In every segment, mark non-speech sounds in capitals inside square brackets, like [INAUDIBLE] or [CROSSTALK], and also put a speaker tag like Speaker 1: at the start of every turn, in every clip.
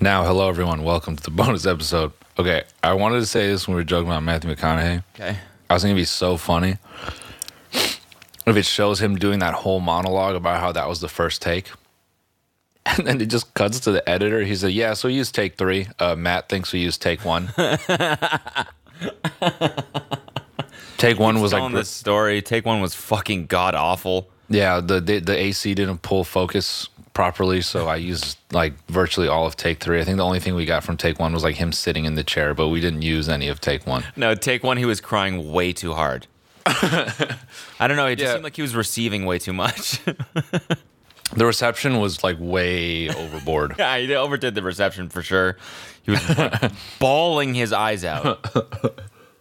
Speaker 1: Now, hello everyone. Welcome to the [LAUGHS] bonus episode. Okay, I wanted to say this when we were joking about Matthew McConaughey.
Speaker 2: Okay.
Speaker 1: I was thinking it'd be so funny if it shows him doing that whole monologue about how that was the first take. [LAUGHS] And then it just cuts to the editor. He said, Yeah, so we use take three. Uh, Matt thinks we use take one. take one was like,
Speaker 2: Telling this story, take one was fucking god awful.
Speaker 1: Yeah, the, the, the AC didn't pull focus properly. So I used like virtually all of take three. I think the only thing we got from take one was like him sitting in the chair, but we didn't use any of take one.
Speaker 2: No, take one. He was crying way too [LAUGHS] hard. I don't know. It just
Speaker 1: Yeah.
Speaker 2: seemed like he was receiving way too much. [LAUGHS]
Speaker 1: The reception was like way [LAUGHS] overboard.
Speaker 2: yeah, he overdid the reception for sure. He was [LAUGHS] like, bawling his eyes [LAUGHS] out,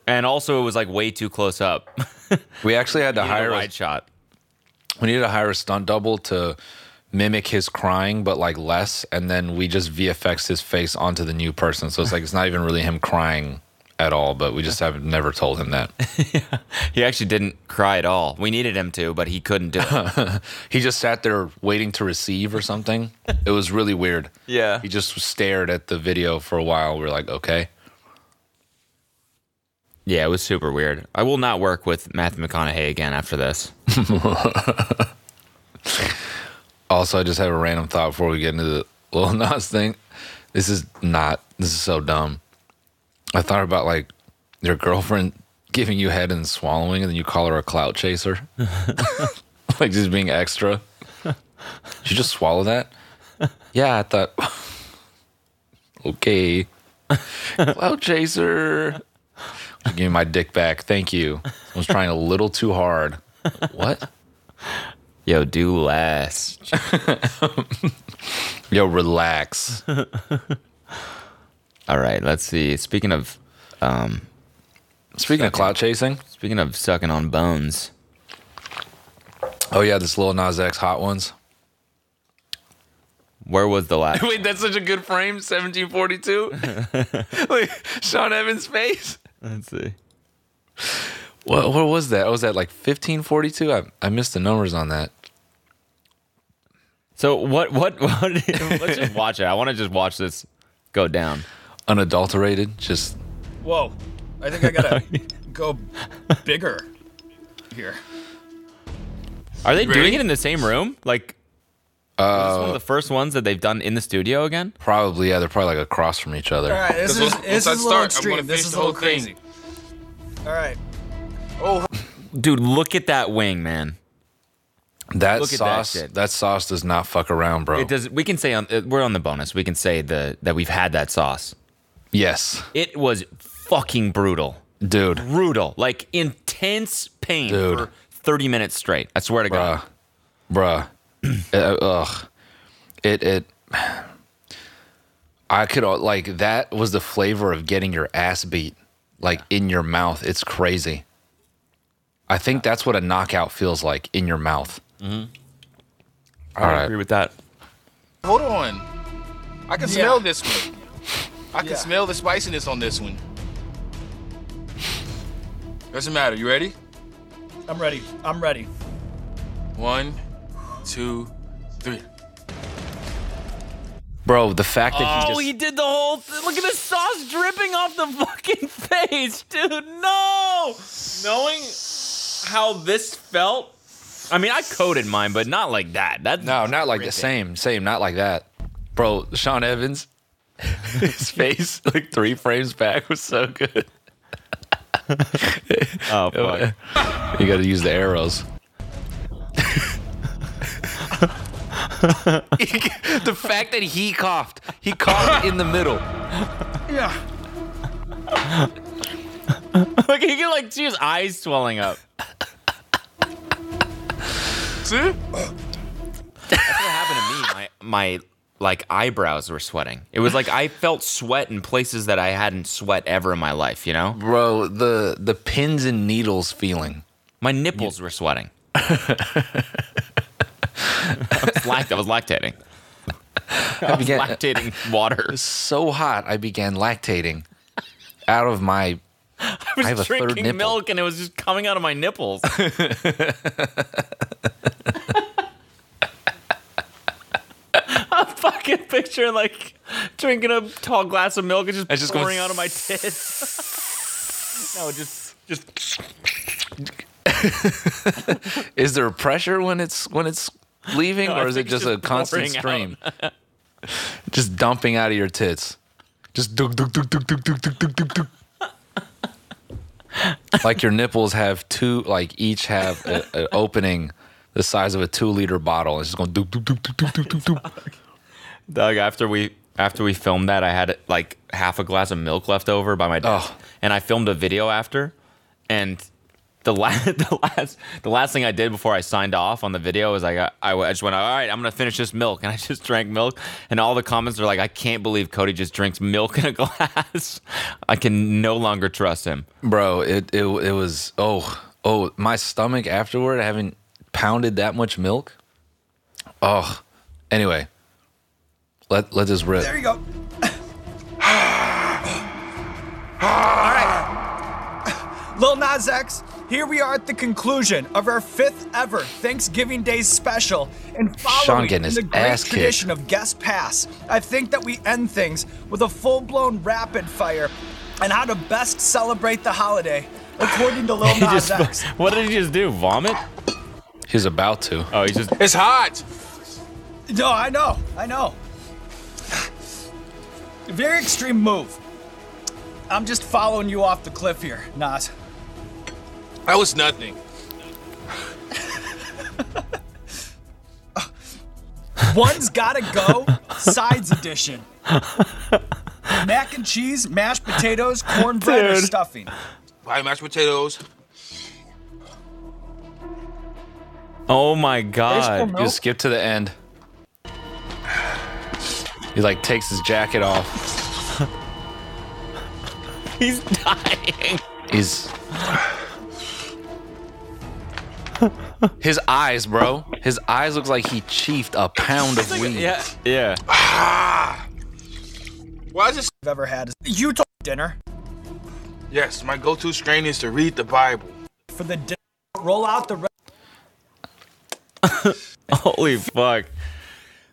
Speaker 2: and also it was like way too close up. [LAUGHS]
Speaker 1: We actually had to
Speaker 2: He had
Speaker 1: hire
Speaker 2: a
Speaker 1: a-
Speaker 2: wide shot.
Speaker 1: we needed to hire a stunt double to mimic his crying, but like less, and then we just VFX his face onto the new person. So it's like it's not even really him crying at all, but we just have never told him that.
Speaker 2: He actually didn't cry at all. We needed him to, but he couldn't do it.
Speaker 1: He just sat there waiting to receive or something. It was really weird.
Speaker 2: [LAUGHS] Yeah.
Speaker 1: He just stared at the video for a while. We are like, okay.
Speaker 2: yeah, it was super weird. I will not work with Matthew McConaughey again after this.
Speaker 1: Also, I just have a random thought before we get into the [LAUGHS] Lil Nas thing. This is not. This is so dumb. I thought about like your girlfriend [LAUGHS] giving you head and swallowing, and then you call her a clout chaser, [LAUGHS] like just being extra. Did you just swallow that? Yeah, I thought. [LAUGHS] okay, clout chaser. Give me my dick back. Thank you. I was trying a little too hard. What?
Speaker 2: Yo, do [LAUGHS] less.
Speaker 1: Yo, relax.
Speaker 2: All right, let's see. Speaking of
Speaker 1: Speaking of clout chasing,
Speaker 2: speaking of sucking on bones,
Speaker 1: oh yeah, this little Nas X hot ones.
Speaker 2: where was the last?
Speaker 1: [LAUGHS] Wait, that's such a good frame. [LAUGHS] 1742. like Sean Evans' face.
Speaker 2: [LAUGHS] Let's see.
Speaker 1: What? What was that? was that like 1542? I I missed the numbers on that.
Speaker 2: So what? What? [LAUGHS] What? let's just watch it. I want to just watch this go down.
Speaker 1: Unadulterated. Just
Speaker 3: Whoa. I think I gotta go bigger here.
Speaker 2: Are they doing
Speaker 3: ready?
Speaker 2: it in the same room? Like, is this one of the first ones that they've done in the studio again?
Speaker 1: probably yeah. They're probably like across from each other.
Speaker 3: All right, this is
Speaker 4: Let's-
Speaker 3: this is
Speaker 4: let's
Speaker 3: a
Speaker 4: not
Speaker 3: little
Speaker 4: start. I'm gonna
Speaker 3: extreme. This
Speaker 4: finish
Speaker 3: is
Speaker 4: the
Speaker 3: a little
Speaker 4: whole thing.
Speaker 3: crazy. All right,
Speaker 2: Dude, look at that wing, man.
Speaker 1: That
Speaker 2: Look at that
Speaker 1: sauce. That,
Speaker 2: shit.
Speaker 1: sauce does not fuck around, bro.
Speaker 2: It does. We can say on. uh, We're on the bonus. We can say the that we've had that sauce.
Speaker 1: Yes,
Speaker 2: It was fucking brutal,
Speaker 1: dude.
Speaker 2: brutal, like intense pain
Speaker 1: Dude.
Speaker 2: for thirty minutes straight. I swear to God.
Speaker 1: Bruh. bruh. [CLEARS THROAT] Uh, ugh. It it. I could al- like that was the flavor of getting your ass beat, like in your mouth. It's crazy. I think that's what a knockout feels like in your mouth. All
Speaker 2: I agree
Speaker 1: right,
Speaker 2: with that.
Speaker 4: Hold on. I can
Speaker 3: Yeah.
Speaker 4: smell this one. I can
Speaker 3: Yeah.
Speaker 4: smell the spiciness on this one. Doesn't matter. You ready?
Speaker 3: I'm ready. I'm ready.
Speaker 4: One, two, three.
Speaker 1: bro. The fact that
Speaker 2: Oh,
Speaker 1: he just
Speaker 2: he did the whole. Th- Look at the sauce dripping off the [LAUGHS] fucking face, dude. No, knowing how this felt. I mean, I coded mine, but not like that. That
Speaker 1: No, not like the same, same, not like that. Bro, Sean Evans, [LAUGHS] his face like three frames back was so good.
Speaker 2: [LAUGHS] Oh fuck.
Speaker 1: You got to use the arrows. [LAUGHS] the fact that he coughed, he coughed in the middle.
Speaker 3: Yeah.
Speaker 2: Look, he can like see his eyes swelling up.
Speaker 4: See?
Speaker 2: That's [LAUGHS] what happened to me. My my like eyebrows were sweating. It was like I felt sweat in places that I hadn't sweat ever in my life. You know,
Speaker 1: Bro, the the pins and needles feeling.
Speaker 2: my nipples were [LAUGHS] sweating. I was lact- I was lactating.
Speaker 1: I began
Speaker 2: lactating water.
Speaker 1: so hot, I began lactating out of my
Speaker 2: I was
Speaker 1: have a third
Speaker 2: drinking
Speaker 1: nipple.
Speaker 2: milk and it was just coming out of my
Speaker 1: [LAUGHS]
Speaker 2: nipples. I fucking can picture like drinking a tall glass of milk and just
Speaker 1: It's just going-
Speaker 2: pouring
Speaker 1: [LAUGHS]
Speaker 2: out of my tits. [LAUGHS] no, just just
Speaker 1: Is there pressure when it's when it's leaving,
Speaker 2: [LAUGHS] No, I
Speaker 1: or is it
Speaker 2: think it's
Speaker 1: just a
Speaker 2: just
Speaker 1: constant
Speaker 2: pouring
Speaker 1: stream?
Speaker 2: [LAUGHS]
Speaker 1: just dumping out of your tits. Just duk duk duk duk duk duk duk duk duk duk. like your nipples have two, like each have an opening the size of a two-liter bottle. It's just going duk duk duk duk duk duk duk duk.
Speaker 2: Doug. After we after we filmed that, I had like half a glass of milk left over by my desk,
Speaker 1: Oh.
Speaker 2: and I filmed a video after, and. The last, [LAUGHS] the last, the last thing I did before I signed off on the video was like I, I, I just went, all right, I'm gonna finish this milk, and [LAUGHS] I just drank milk, and all the comments are like, I can't believe Cody just drinks milk in a [LAUGHS] glass. I can no longer trust him.
Speaker 1: Bro, it, it it was oh oh my stomach afterward having pounded that much milk. Oh, anyway, let let this rip.
Speaker 3: There you go. All right. Lil Nas X, here we are at the conclusion of our fifth ever Thanksgiving Day special. And following
Speaker 1: getting
Speaker 3: in
Speaker 1: his
Speaker 3: the great
Speaker 1: ass kicked.
Speaker 3: tradition of Guest Pass, I think that we end things with a full blown rapid fire on how to best celebrate the holiday,
Speaker 2: [LAUGHS]
Speaker 3: according to Lil
Speaker 2: He
Speaker 3: Nas
Speaker 2: just,
Speaker 3: X.
Speaker 2: what did he just do? Vomit?
Speaker 1: He's about to.
Speaker 2: Oh, he's just.
Speaker 4: It's hot.
Speaker 3: No, I know, I know. Very extreme move. I'm just following you off the cliff here, Nas.
Speaker 4: That was nothing.
Speaker 3: One's gotta go,
Speaker 2: [LAUGHS]
Speaker 3: sides edition. Mac and cheese, mashed potatoes, cornbread, or
Speaker 2: Dude.
Speaker 3: stuffing.
Speaker 4: Buy mashed potatoes.
Speaker 2: Oh my god.
Speaker 1: Just skip to the end. He like takes his jacket off.
Speaker 2: [LAUGHS] He's dying.
Speaker 1: He's his eyes, bro. His eyes look like he chiefed a pound of weed.
Speaker 2: Yeah. Yeah.
Speaker 4: Why is this?
Speaker 3: I've ever had. You told dinner
Speaker 4: Yes, my go-to strain is to read the Bible.
Speaker 3: for the dinner. Roll out the red.
Speaker 2: [LAUGHS] Holy fuck.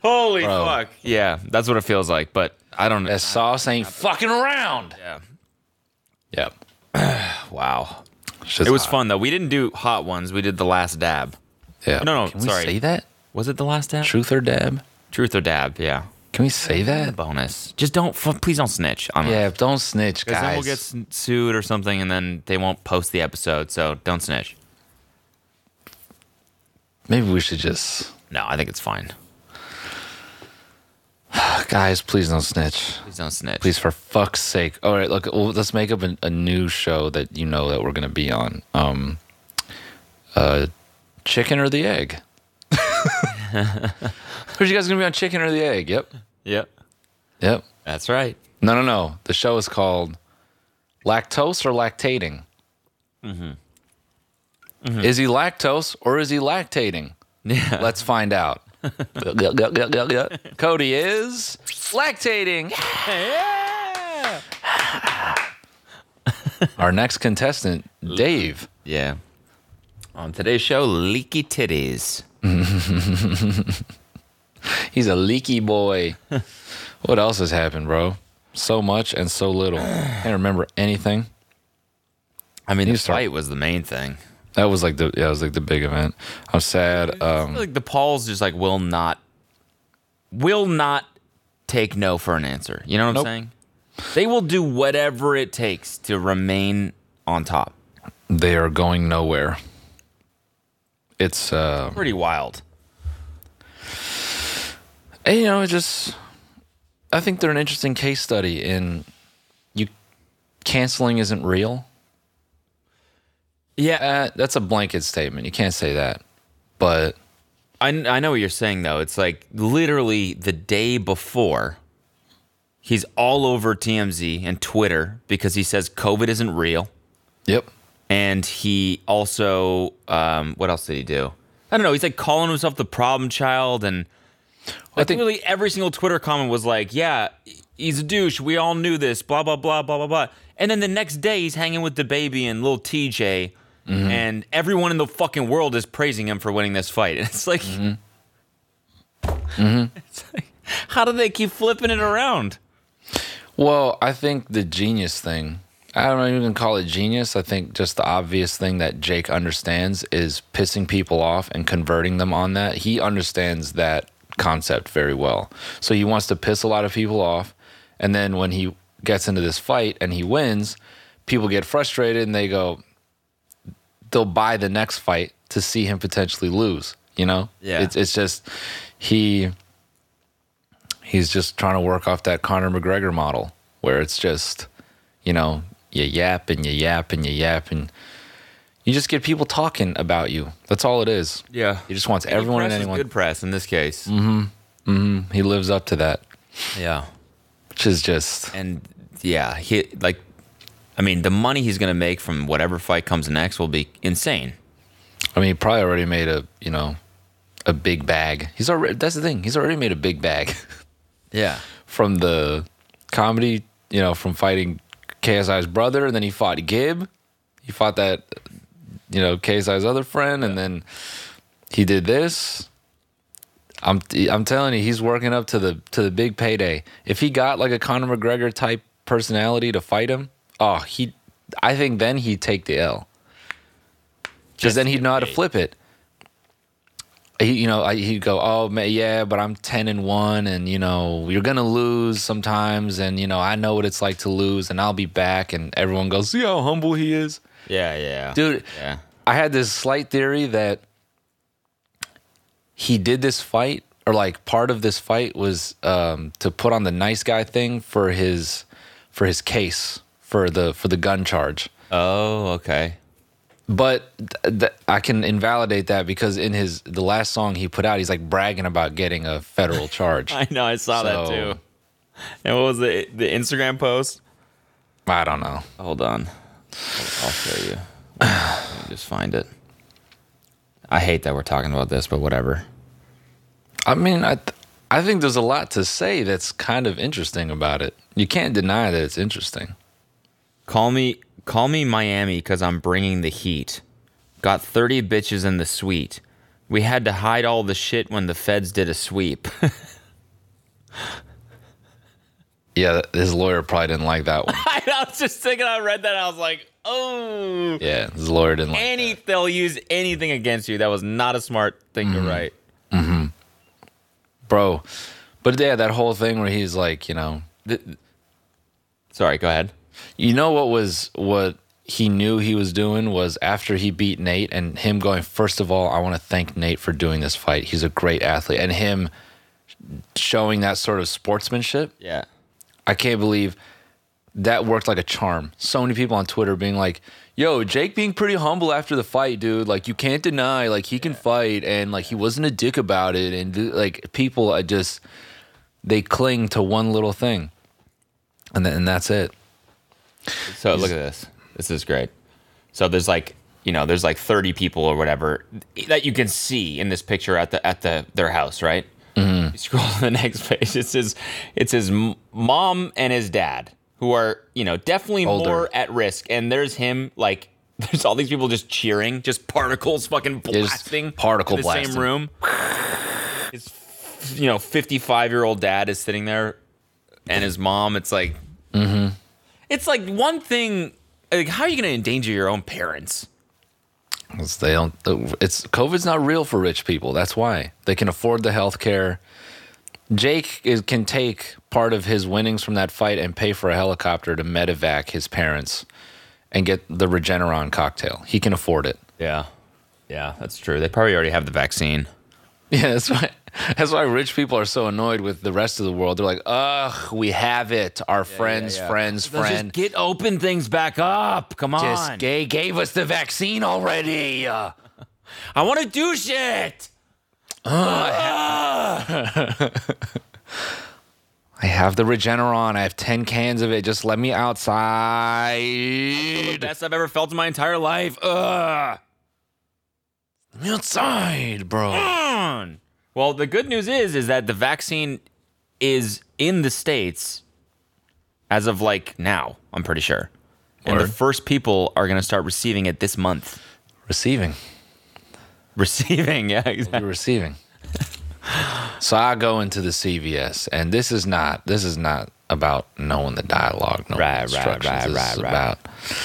Speaker 2: Holy
Speaker 1: Bro.
Speaker 2: fuck. Yeah, that's what it feels like, but I don't know.
Speaker 1: That sauce ain't fucking around.
Speaker 2: Yeah.
Speaker 1: Yep.
Speaker 2: Wow.
Speaker 1: Shit's
Speaker 2: It was
Speaker 1: hot.
Speaker 2: fun though. We didn't do hot ones. We did the last dab.
Speaker 1: Yeah.
Speaker 2: No, no,
Speaker 1: Can
Speaker 2: sorry.
Speaker 1: We say that?
Speaker 2: Was it the last dab?
Speaker 1: Truth or dab?
Speaker 2: Truth or dab? Yeah.
Speaker 1: Can we say that?
Speaker 2: Bonus. Just don't. f- Please don't snitch. On
Speaker 1: Yeah, don't snitch, guys.
Speaker 2: Because then we'll get s- sued or something, and then they won't post the episode. So don't snitch.
Speaker 1: Maybe we should just,
Speaker 2: No, I think it's fine.
Speaker 1: guys. Please don't snitch.
Speaker 2: Please don't snitch.
Speaker 1: Please, for fuck's sake. All right, look. Well, let's make up a, a new show that you know that we're gonna be on. Um, uh, chicken or the egg? [LAUGHS] Are you guys gonna be on chicken or the egg? Yep.
Speaker 2: Yep.
Speaker 1: Yep.
Speaker 2: That's right.
Speaker 1: No, no, no. The show is called Lactose or Lactating. Is he lactose or is he lactating?
Speaker 2: Yeah.
Speaker 1: Let's find out. Cody is lactating. Our next contestant, Dave.
Speaker 2: Yeah. On today's show, leaky titties.
Speaker 1: He's a leaky boy. what else has happened, bro? So much and so little. Can't remember anything.
Speaker 2: I mean,
Speaker 1: You
Speaker 2: the
Speaker 1: start.
Speaker 2: fight was the main thing.
Speaker 1: That was like the yeah, that was like the big event. I'm sad. Um,
Speaker 2: Like the Pauls just like will not, will not take no for an answer. You know what
Speaker 1: Nope.
Speaker 2: I'm saying? They will do whatever it takes to remain on top.
Speaker 1: they are going nowhere. It's uh,
Speaker 2: Pretty wild.
Speaker 1: and, you know, it just I think they're an interesting case study in you canceling isn't real.
Speaker 2: Yeah.
Speaker 1: Uh, that's a blanket statement. You can't say that, but
Speaker 2: I, I know what you're saying though. It's like literally the day before, he's all over TMZ and Twitter because he says COVID isn't real,
Speaker 1: yep,
Speaker 2: and he also um, what else did he do? I don't know. He's like calling himself the problem child, and
Speaker 1: I
Speaker 2: like
Speaker 1: think
Speaker 2: really every single Twitter comment was like, "Yeah, he's a douche. We all knew this." Blah blah blah blah blah blah. And then the next day, he's hanging with the baby and little TJ,
Speaker 1: Mm-hmm.
Speaker 2: and everyone in the fucking [LAUGHS]
Speaker 1: Mm-hmm.
Speaker 2: world is praising him for winning this fight. And it's like, it's like, How do they keep flipping it around?
Speaker 1: Well, I think the genius thing, I don't even call it genius. I think just the obvious thing that Jake understands is pissing people off and converting them on that. He understands that concept very well. So he wants to piss a lot of people off. And then when he gets into this fight and he wins, people get frustrated and they go, they'll buy the next fight to see him potentially lose. You know?
Speaker 2: Yeah.
Speaker 1: It's, it's just, he he's just trying to work off that Conor McGregor model where it's just, you know, you yap and you yap and you yap and you just get people talking about you. That's all it is.
Speaker 2: Yeah.
Speaker 1: He just wants everyone and
Speaker 2: press is
Speaker 1: anyone. Mm-hmm.
Speaker 2: good press in this case.
Speaker 1: He lives up to that,
Speaker 2: Yeah.
Speaker 1: which is just
Speaker 2: and yeah, he like, I mean, the money he's gonna make from whatever fight comes next will be insane.
Speaker 1: I mean, he probably already made a, you know, a big bag. He's already that's the thing. He's already made a big bag [LAUGHS]
Speaker 2: Yeah,
Speaker 1: from the comedy, you know, from fighting KSI's brother and then he fought Gibb. He fought that you know, KSI's other friend and then he did this. I'm I'm telling you, he's working up to the to the big payday. If he got like a Conor McGregor type personality to fight him, oh, he I think then he'd take the L. Because then he'd know how to flip it. He, you know, I, he'd go, "Oh, man, yeah, but I'm ten and one, and you know, you're gonna lose sometimes, and you know, I know what it's like to lose, and I'll be back." And everyone goes, "See how humble he is,
Speaker 2: yeah, yeah,
Speaker 1: dude."
Speaker 2: Yeah,
Speaker 1: I had this slight theory that he did this fight, or like part of this fight was um, to put on the nice guy thing for his for his case for the for the gun charge.
Speaker 2: oh, okay,
Speaker 1: But th- th- I can invalidate that because in his the last song he put out, he's like bragging about getting a federal charge. I,
Speaker 2: I know, I saw that
Speaker 1: So-
Speaker 2: too. And what was the the Instagram post?
Speaker 1: don't know.
Speaker 2: Hold on, I'll, I'll show you. Let me just find it. I hate that we're talking about this, but whatever.
Speaker 1: I mean, I th- I think there's a lot to say that's kind of interesting about it. You can't deny that it's interesting.
Speaker 2: Call me, call me Miami, cause I'm bringing the heat. Got 30 bitches in the suite. We had to hide all the shit when the feds did a sweep. [LAUGHS]
Speaker 1: Yeah, th- his lawyer probably didn't like that one.
Speaker 2: I was just thinking, I read that, I was like, oh,
Speaker 1: Yeah, his lawyer didn't like.
Speaker 2: any they'll use anything against you. That was not a smart thing to write.
Speaker 1: bro. But yeah, that whole thing where he's like, you know,
Speaker 2: Sorry, go ahead.
Speaker 1: you know what was what he knew he was doing was after he beat Nate and him going, first of all, I want to thank Nate for doing this fight. He's a great athlete, and him showing that sort of sportsmanship.
Speaker 2: Yeah,
Speaker 1: I can't believe that worked like a charm. So many people on Twitter being like, "Yo, Jake being pretty humble after the fight, dude. Like you can't deny like he can fight and like he wasn't a dick about it and like people I just they cling to one little thing. And then and that's it.
Speaker 2: So look at this. This is great. So there's like you know there's like 30 people or whatever that you can see in this picture at the at the their house, right? You scroll to the next page. It's his it's his m- mom and his dad who are you know definitely
Speaker 1: Older.
Speaker 2: more at risk, and there's him like. [LAUGHS] There's all these people just cheering, just particles fucking
Speaker 1: just
Speaker 2: blasting,
Speaker 1: particle
Speaker 2: in the
Speaker 1: blasting.
Speaker 2: same room. His, you know, fifty-five-year-old dad is sitting there, and his mom. It's like Mm-hmm. it's like one thing. Like, how are you going to endanger your own parents?
Speaker 1: It's, they don't it's COVID's not real for rich people. That's why. They can afford the health care. Jake is, can take part of his winnings from that fight and pay for a helicopter to medevac his parents and get the Regeneron cocktail. He can afford it. [LAUGHS]
Speaker 2: Yeah, yeah, that's true. They probably already have the vaccine.
Speaker 1: Yeah, that's why. That's why rich people are so annoyed with the rest of the world. They're like, "Ugh, we have it. Our friends, friends, friend.
Speaker 2: get open things back up. Come on.
Speaker 1: Just gay gave us the vaccine already. Uh,
Speaker 2: I want to do shit.
Speaker 1: I have the Regeneron. I have ten cans of it. Just let me outside.
Speaker 2: Best I've ever felt in my entire life. Ugh.
Speaker 1: Let me outside, bro.
Speaker 2: on. Well, the good news is is that the vaccine is in the states as of like now. I'm pretty sure, and the
Speaker 1: Word.
Speaker 2: first people are going to start receiving it this month. [LAUGHS]
Speaker 1: Receiving.
Speaker 2: Receiving, yeah, exactly. [LAUGHS]
Speaker 1: You're receiving. So I go into the CVS, and this is not this is not about knowing the dialogue, knowing
Speaker 2: Right,
Speaker 1: the
Speaker 2: right,
Speaker 1: instructions.
Speaker 2: right,
Speaker 1: this
Speaker 2: right,
Speaker 1: is
Speaker 2: right.
Speaker 1: about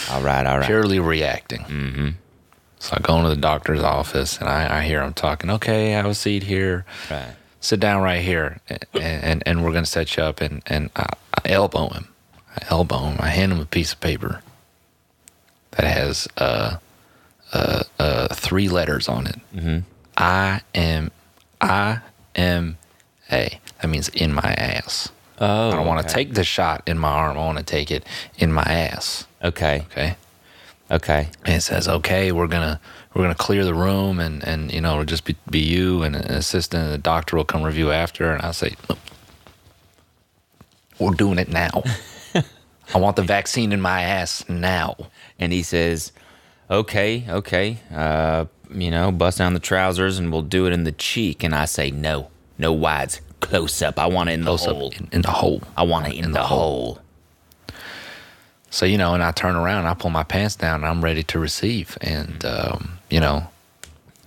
Speaker 2: All right, all right.
Speaker 1: purely reacting. Mm-hmm. So I go into the doctor's office, and I, I hear him talking. Okay, have a seat here.
Speaker 2: Right.
Speaker 1: Sit down right here, and and, and we're gonna set you up. And and I, I elbow him. I elbow him. I hand him a piece of paper that has uh uh, uh three letters on it. Mm-hmm. I am I am a. That means in my ass.
Speaker 2: Oh,
Speaker 1: I don't want to
Speaker 2: okay.
Speaker 1: take the shot in my arm. I want to take it in my ass.
Speaker 2: Okay,
Speaker 1: Okay
Speaker 2: okay.
Speaker 1: and it says, "Okay, we're gonna we're gonna clear the room, and and you know it'll just be, be you and an assistant, and the doctor will come review after." And I say, "Look, "We're doing it
Speaker 2: [LAUGHS]
Speaker 1: now. I want the vaccine in my ass now."
Speaker 2: And he says, "Okay, okay. Uh, you know, bust down the trousers, and we'll do it in the cheek." And I say, "No, no wides, close up. I want it in the
Speaker 1: Close
Speaker 2: hole.
Speaker 1: up in, in the hole.
Speaker 2: I want it in, the, hole.
Speaker 1: So you know, and I turn around, and I pull my pants down, and I'm ready to receive. And um, you know,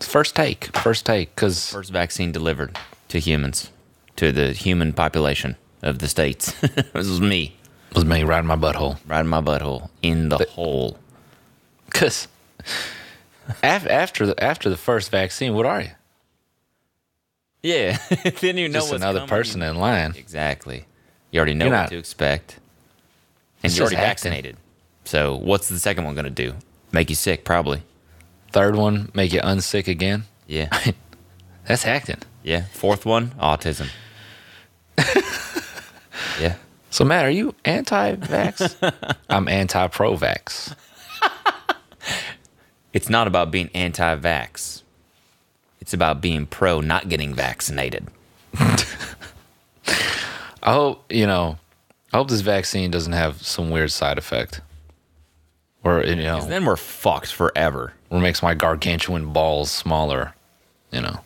Speaker 1: first take, first take, because
Speaker 2: First vaccine delivered to humans, to the human population of the states. [LAUGHS] this was me,
Speaker 1: it was me right in my butthole. [LAUGHS]
Speaker 2: right in my butthole, in the hole.
Speaker 1: Because af- after the, after the first vaccine, what are you?
Speaker 2: Yeah. [LAUGHS] then you know
Speaker 1: Just
Speaker 2: what's
Speaker 1: another
Speaker 2: coming.
Speaker 1: person in line.
Speaker 2: Exactly. You already know
Speaker 1: You're
Speaker 2: what
Speaker 1: not-
Speaker 2: to expect. And
Speaker 1: It's
Speaker 2: you're already
Speaker 1: just acting.
Speaker 2: vaccinated. So what's the second one going to do? Make you sick, probably.
Speaker 1: Third one, make you unsick again.
Speaker 2: [LAUGHS] Yeah.
Speaker 1: That's acting.
Speaker 2: Yeah. Fourth one, autism. [LAUGHS] yeah.
Speaker 1: So, Matt, are you anti vax? [LAUGHS] I'm anti pro vax.
Speaker 2: It's not about being anti vax, it's about being pro not getting vaccinated.
Speaker 1: I hope, you know, I hope this vaccine doesn't have some weird side effect or, you know,
Speaker 2: Then we're fucked forever.
Speaker 1: or makes my gargantuan balls smaller, you know.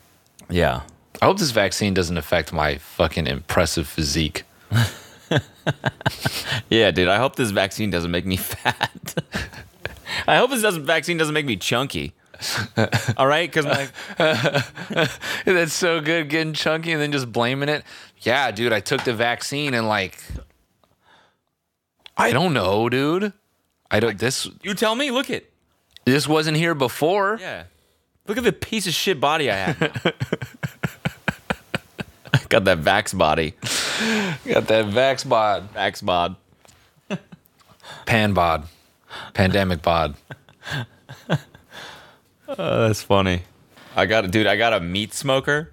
Speaker 2: Yeah.
Speaker 1: I hope this vaccine doesn't affect my fucking impressive physique.
Speaker 2: Yeah, dude. I hope this vaccine doesn't make me [LAUGHS] fat. I hope this doesn't, vaccine doesn't make me chunky. [LAUGHS] All right, because my
Speaker 1: [LAUGHS] That's so good, getting chunky and then just blaming it. Yeah, dude, I took the vaccine and like, I don't know, dude. I don't. This
Speaker 2: you tell me. Look at
Speaker 1: this wasn't here before.
Speaker 2: yeah, look at the piece of shit body I have. now. I [LAUGHS] got that vax body,
Speaker 1: Got that vax bod,
Speaker 2: vax bod.
Speaker 1: pan bod, pandemic bod.
Speaker 2: Oh, that's funny. I got dude. I got a meat smoker.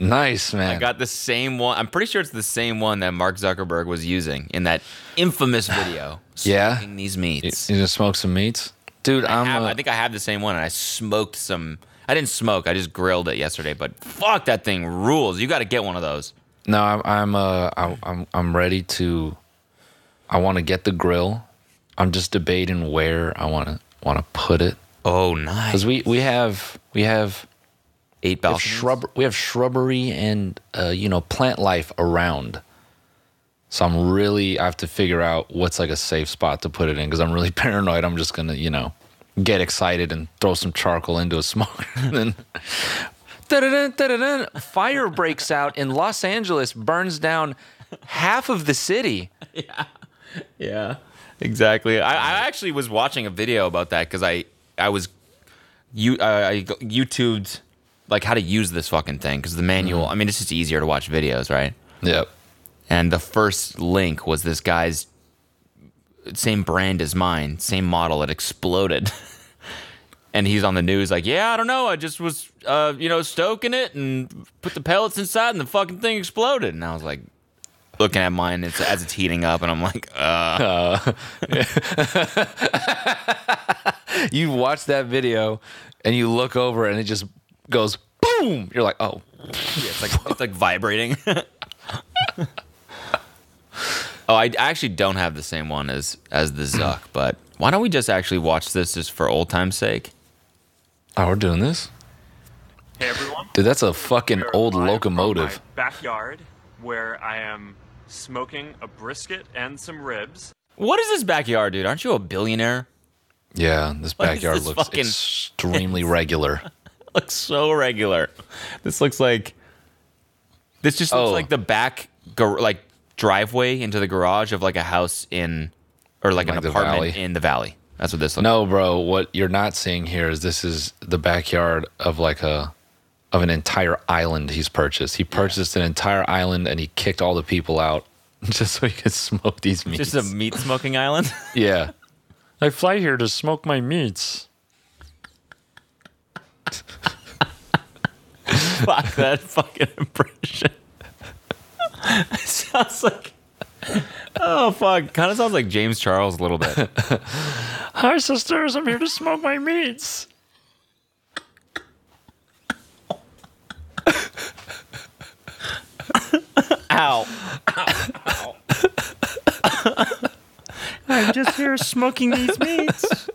Speaker 1: Nice man.
Speaker 2: I got the same one. I'm pretty sure it's the same one that Mark Zuckerberg was using in that infamous video.
Speaker 1: Yeah.
Speaker 2: smoking these meats.
Speaker 1: you gonna smoke some meats, dude? I'm.
Speaker 2: have- I
Speaker 1: uh,
Speaker 2: think I have the same one, and I smoked some. I didn't smoke. I just grilled it yesterday. But fuck, that thing rules. You got to get one of those.
Speaker 1: no, I'm. I'm. Uh, I, I'm. I'm ready to. I want to get the grill. I'm just debating where I want to want to put it
Speaker 2: Oh,
Speaker 1: because
Speaker 2: nice.
Speaker 1: we we have we have
Speaker 2: Eight
Speaker 1: we have
Speaker 2: balconies.
Speaker 1: shrub we have shrubbery and uh, you know plant life around. So I'm really I have to figure out what's like a safe spot to put it in because I'm really [LAUGHS] paranoid. I'm just gonna you know get excited and throw some charcoal into a smoker [LAUGHS] and then. Da-da-dun, da-da-dun. Fire breaks out in Los Angeles, burns down half of the city.
Speaker 2: Yeah, exactly. I, I actually was watching a video about that because I I was you uh, I go- YouTubed like how to use this fucking thing because the manual.
Speaker 1: Mm-hmm.
Speaker 2: I mean, it's just easier to watch videos, right?
Speaker 1: Yep.
Speaker 2: And the first link was this guy's same brand as mine, same model. It exploded. [LAUGHS] And he's on the news like, yeah, I don't know. I just was, uh, you know, stoking it and put the pellets inside, and the fucking thing exploded. And I was like, looking at mine it's, as it's heating up, and I'm like, [LAUGHS]
Speaker 1: You watch that video and you look over and it just goes boom. You're like, oh,
Speaker 2: It's like it's like vibrating. [LAUGHS] oh, I actually don't have the same one as as the Zuck, but why don't we just actually watch this just for old time's sake?
Speaker 1: oh, we're doing this?
Speaker 5: Hey everyone.
Speaker 1: Dude, that's a fucking
Speaker 5: Here
Speaker 1: old
Speaker 5: I am from
Speaker 1: locomotive.
Speaker 5: my backyard, where I am smoking a brisket and some ribs.
Speaker 2: What is this backyard, dude? Aren't you a billionaire?
Speaker 1: Yeah, this
Speaker 2: What is
Speaker 1: backyard
Speaker 2: this
Speaker 1: looks
Speaker 2: fucking- [LAUGHS]
Speaker 1: extremely regular.
Speaker 2: Looks so regular. This looks like This just looks
Speaker 1: Oh.
Speaker 2: like the back, gar- like driveway into the garage of like a house in, or like,
Speaker 1: Like
Speaker 2: an
Speaker 1: the
Speaker 2: apartment
Speaker 1: valley.
Speaker 2: in the valley. That's what this looks.
Speaker 1: No, bro. What you're not seeing here is this is the backyard of like a of an entire island he's purchased. He purchased an entire island and he kicked all the people out [LAUGHS] just so he could smoke these meats.
Speaker 2: Just a meat smoking island.
Speaker 1: [LAUGHS]
Speaker 2: [LAUGHS]
Speaker 1: yeah. I fly here to smoke my meats.
Speaker 2: Fuck that fucking impression. [LAUGHS] it sounds like. Oh fuck! Kind of sounds like James Charles a little bit.
Speaker 1: Hi, sisters. I'm here to smoke my meats.
Speaker 2: [LAUGHS] Ow!
Speaker 6: I'm just here smoking these meats.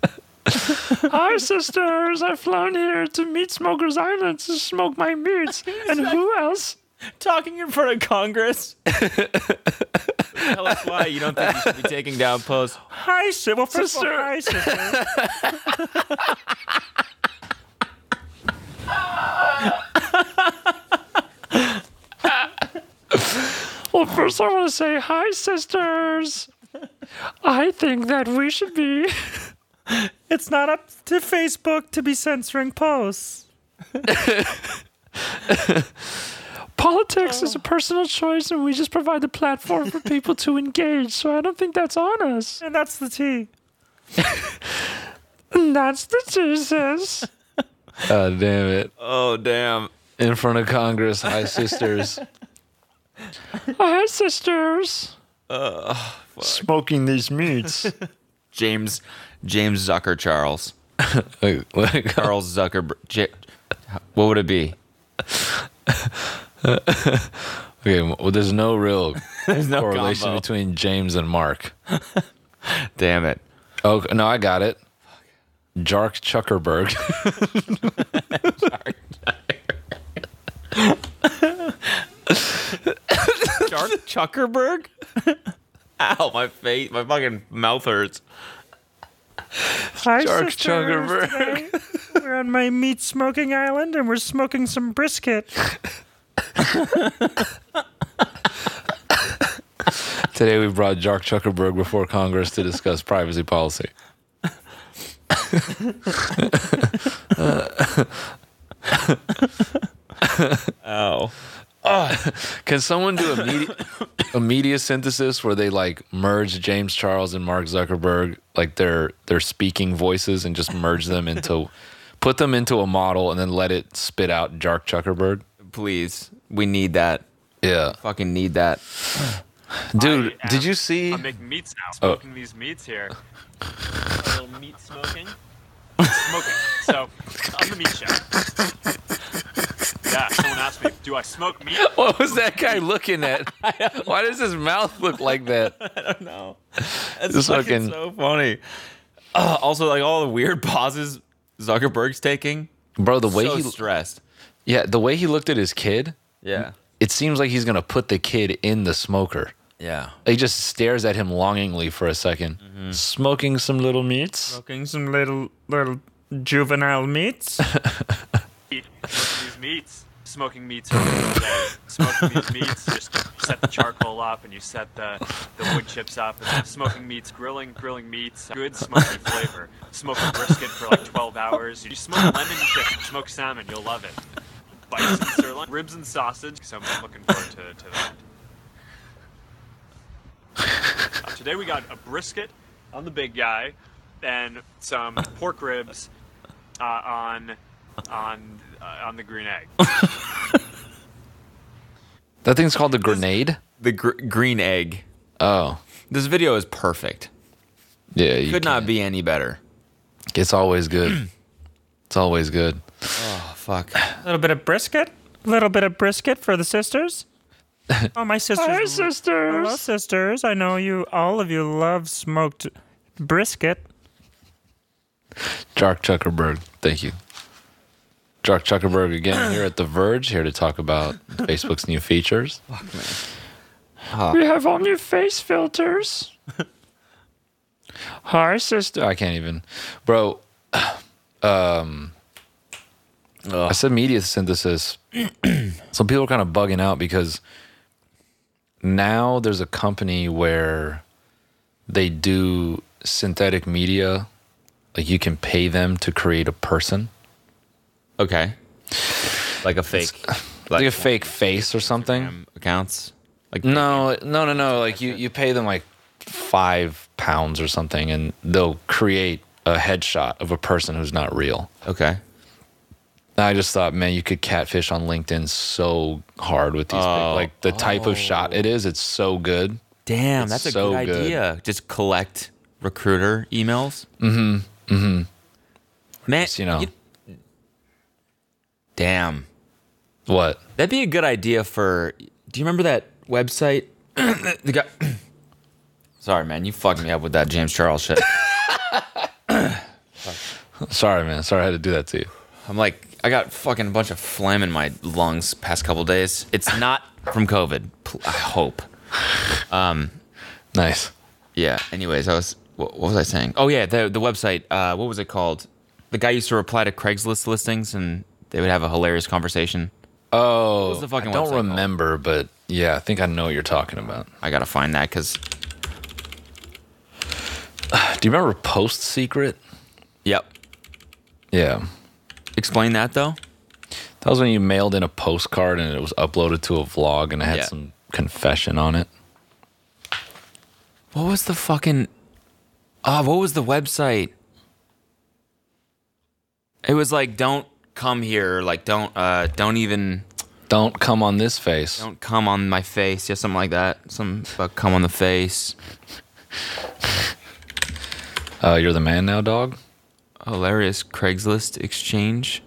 Speaker 1: Hi, sisters. I've flown here to Meat Smokers Island to smoke my
Speaker 6: [LAUGHS]
Speaker 1: meats. And who else?
Speaker 2: Talking in front of Congress. Tell us why you don't think you should be taking down posts.
Speaker 6: Hi, sister. Well, first of all,
Speaker 1: Sister.
Speaker 6: hi, sister.
Speaker 1: Well, first I want to say hi, sisters. I think that we should be.
Speaker 6: [LAUGHS] It's not up to Facebook to be censoring posts.
Speaker 1: Politics is a personal choice, and we just provide the platform for people to engage. So I don't think that's on us.
Speaker 6: And that's the T.
Speaker 1: And that's the Jesus. Oh damn it!
Speaker 2: Oh damn!
Speaker 1: In front of Congress,
Speaker 2: [LAUGHS]
Speaker 1: hi, sisters. hi, sisters. Smoking these meats.
Speaker 2: James James Zucker Charles Charles Zucker. J- what would it be?
Speaker 1: [LAUGHS] Okay, well, there's no real
Speaker 2: [LAUGHS] There's no
Speaker 1: correlation
Speaker 2: combo.
Speaker 1: between James and Mark.
Speaker 2: Damn it!
Speaker 1: Oh no, I got it. Jark
Speaker 2: [LAUGHS]
Speaker 1: Zuckerberg.
Speaker 2: Dark Chuckerberg. [LAUGHS] Ow! My face, my fucking mouth hurts.
Speaker 6: Hi,
Speaker 1: Dark
Speaker 6: sisters.
Speaker 1: Zuckerberg.
Speaker 6: Today, We're on my meat smoking island and we're smoking some brisket.
Speaker 1: Today we brought Jark Zuckerberg before Congress to discuss privacy policy.
Speaker 5: Oh.
Speaker 2: Ow!
Speaker 1: [LAUGHS] Can someone do a media, a media synthesis where they like merge James Charles and Mark Zuckerberg, like their their speaking voices, and just merge them into, put them into a model, and then let it spit out Jark Zuckerberg?
Speaker 2: Please, we need that.
Speaker 1: Yeah,
Speaker 2: Fucking need that.
Speaker 1: dude,
Speaker 5: I am-
Speaker 1: did you see?
Speaker 5: I'm making meats now.
Speaker 1: Oh.
Speaker 5: Smoking these meats here. A little meat smoking. Smoking. So I'm the meat chef. Yeah. Someone asked me, "Do I smoke meat?"
Speaker 1: What was that guy looking at?
Speaker 2: [LAUGHS]
Speaker 1: Why does his mouth look like that?
Speaker 2: No, that's
Speaker 1: This
Speaker 2: fucking
Speaker 1: fucking-
Speaker 2: so funny. Uh, also, like all the weird [LAUGHS] pauses Zuckerberg's taking.
Speaker 1: Bro, the way
Speaker 2: so
Speaker 1: he
Speaker 2: stressed.
Speaker 1: yeah, the way he looked at his kid,
Speaker 2: Yeah.
Speaker 1: it seems like he's gonna put the kid in the smoker.
Speaker 2: Yeah.
Speaker 1: He just stares at him longingly for a 2nd
Speaker 2: Mm-hmm.
Speaker 1: smoking some little meats.
Speaker 6: Smoking some little, little juvenile meats.
Speaker 5: Eat- Smoking these meats. Smoking meats all day. Smoking these meats. Just set the charcoal up and you set the, the wood chips up. And smoking meats, grilling, grilling meats. Good smoky flavor. Smoke a brisket for like 12 hours. You smoke lemon chicken, smoke salmon. You'll love it. Bison sirloin, ribs and sausage. So I'm looking forward to, to that. Uh, today we got a brisket on the big guy and some pork ribs uh, on on uh, on the green egg.
Speaker 1: That thing's called the grenade.
Speaker 2: The gr- green egg.
Speaker 1: Oh,
Speaker 2: This video is perfect.
Speaker 1: yeah. You
Speaker 2: Could not be any better.
Speaker 1: can't- It's always
Speaker 2: [CLEARS THROAT]
Speaker 1: good. it's always good.
Speaker 2: Oh, fuck.
Speaker 6: A [LAUGHS] little bit of brisket. A little bit of brisket for the [LAUGHS] sisters. Oh, my sisters.
Speaker 1: Hi,
Speaker 6: Hello,
Speaker 1: sisters.
Speaker 6: sisters. I know you, all of you, love smoked brisket.
Speaker 1: Jark Zuckerberg. Thank you. Jark Zuckerberg again here at The Verge, here to talk
Speaker 2: [LAUGHS]
Speaker 1: about Facebook's new features. We have all new face filters.
Speaker 6: [LAUGHS]
Speaker 1: Hi, sister. I can't even, bro. [SIGHS] Um, I said media synthesis. [CLEARS THROAT] So people are kind of bugging out because now there's a company where they do synthetic media. Like you can pay them to create a person,
Speaker 2: Okay. Like a fake.
Speaker 1: like, a fake face or something.
Speaker 2: Instagram accounts. Like
Speaker 1: No, no, no, no. Like you, you pay them like five pounds or something, and they'll create a headshot of a person who's not real.
Speaker 2: Okay.
Speaker 1: And I just thought, man, you could catfish on LinkedIn so hard with these. pic-
Speaker 2: Oh.
Speaker 1: like the type of shot it is, it's so good.
Speaker 2: Damn,
Speaker 1: It's
Speaker 2: that's a
Speaker 1: so
Speaker 2: good,
Speaker 1: good.
Speaker 2: idea. Just collect recruiter emails. Mm-hmm. Mm-hmm. Man,
Speaker 1: Just, you know.
Speaker 2: damn,
Speaker 1: What?
Speaker 2: that'd be a good idea for. Do you remember that website? [CLEARS THROAT] the guy. [CLEARS THROAT] Sorry, man, you fucked me up with that James
Speaker 1: [LAUGHS]
Speaker 2: Charles shit.
Speaker 1: Sorry, man. Sorry I had to do that to you.
Speaker 2: I'm like, I got fucking a bunch of phlegm in my lungs past couple days. It's not from COVID. pl- I hope.
Speaker 1: Nice.
Speaker 2: Yeah. Anyways, I was. wha- What was I saying? Oh yeah, the the website. Uh, what was it called? The guy used to reply to Craigslist listings, and they would have a hilarious conversation.
Speaker 1: Oh,
Speaker 2: was the fucking
Speaker 1: I
Speaker 2: website
Speaker 1: don't
Speaker 2: called?
Speaker 1: remember, but yeah, I think I know what you're talking about.
Speaker 2: I gotta find that because.
Speaker 1: Do you remember Post Secret?
Speaker 2: Yep.
Speaker 1: Yeah.
Speaker 2: Explain that though.
Speaker 1: That was when you mailed in a postcard and it was uploaded to a vlog and it had
Speaker 2: Yeah.
Speaker 1: some confession on it.
Speaker 2: What was the fucking? Ah, what was the website? It was like, don't come here. Like, don't, uh, don't even,
Speaker 1: Don't come on this face.
Speaker 2: don't come on my face. Yeah, something like that. Some about come on the face.
Speaker 1: Uh, you're the man now, dog.
Speaker 2: hilarious Craigslist exchange.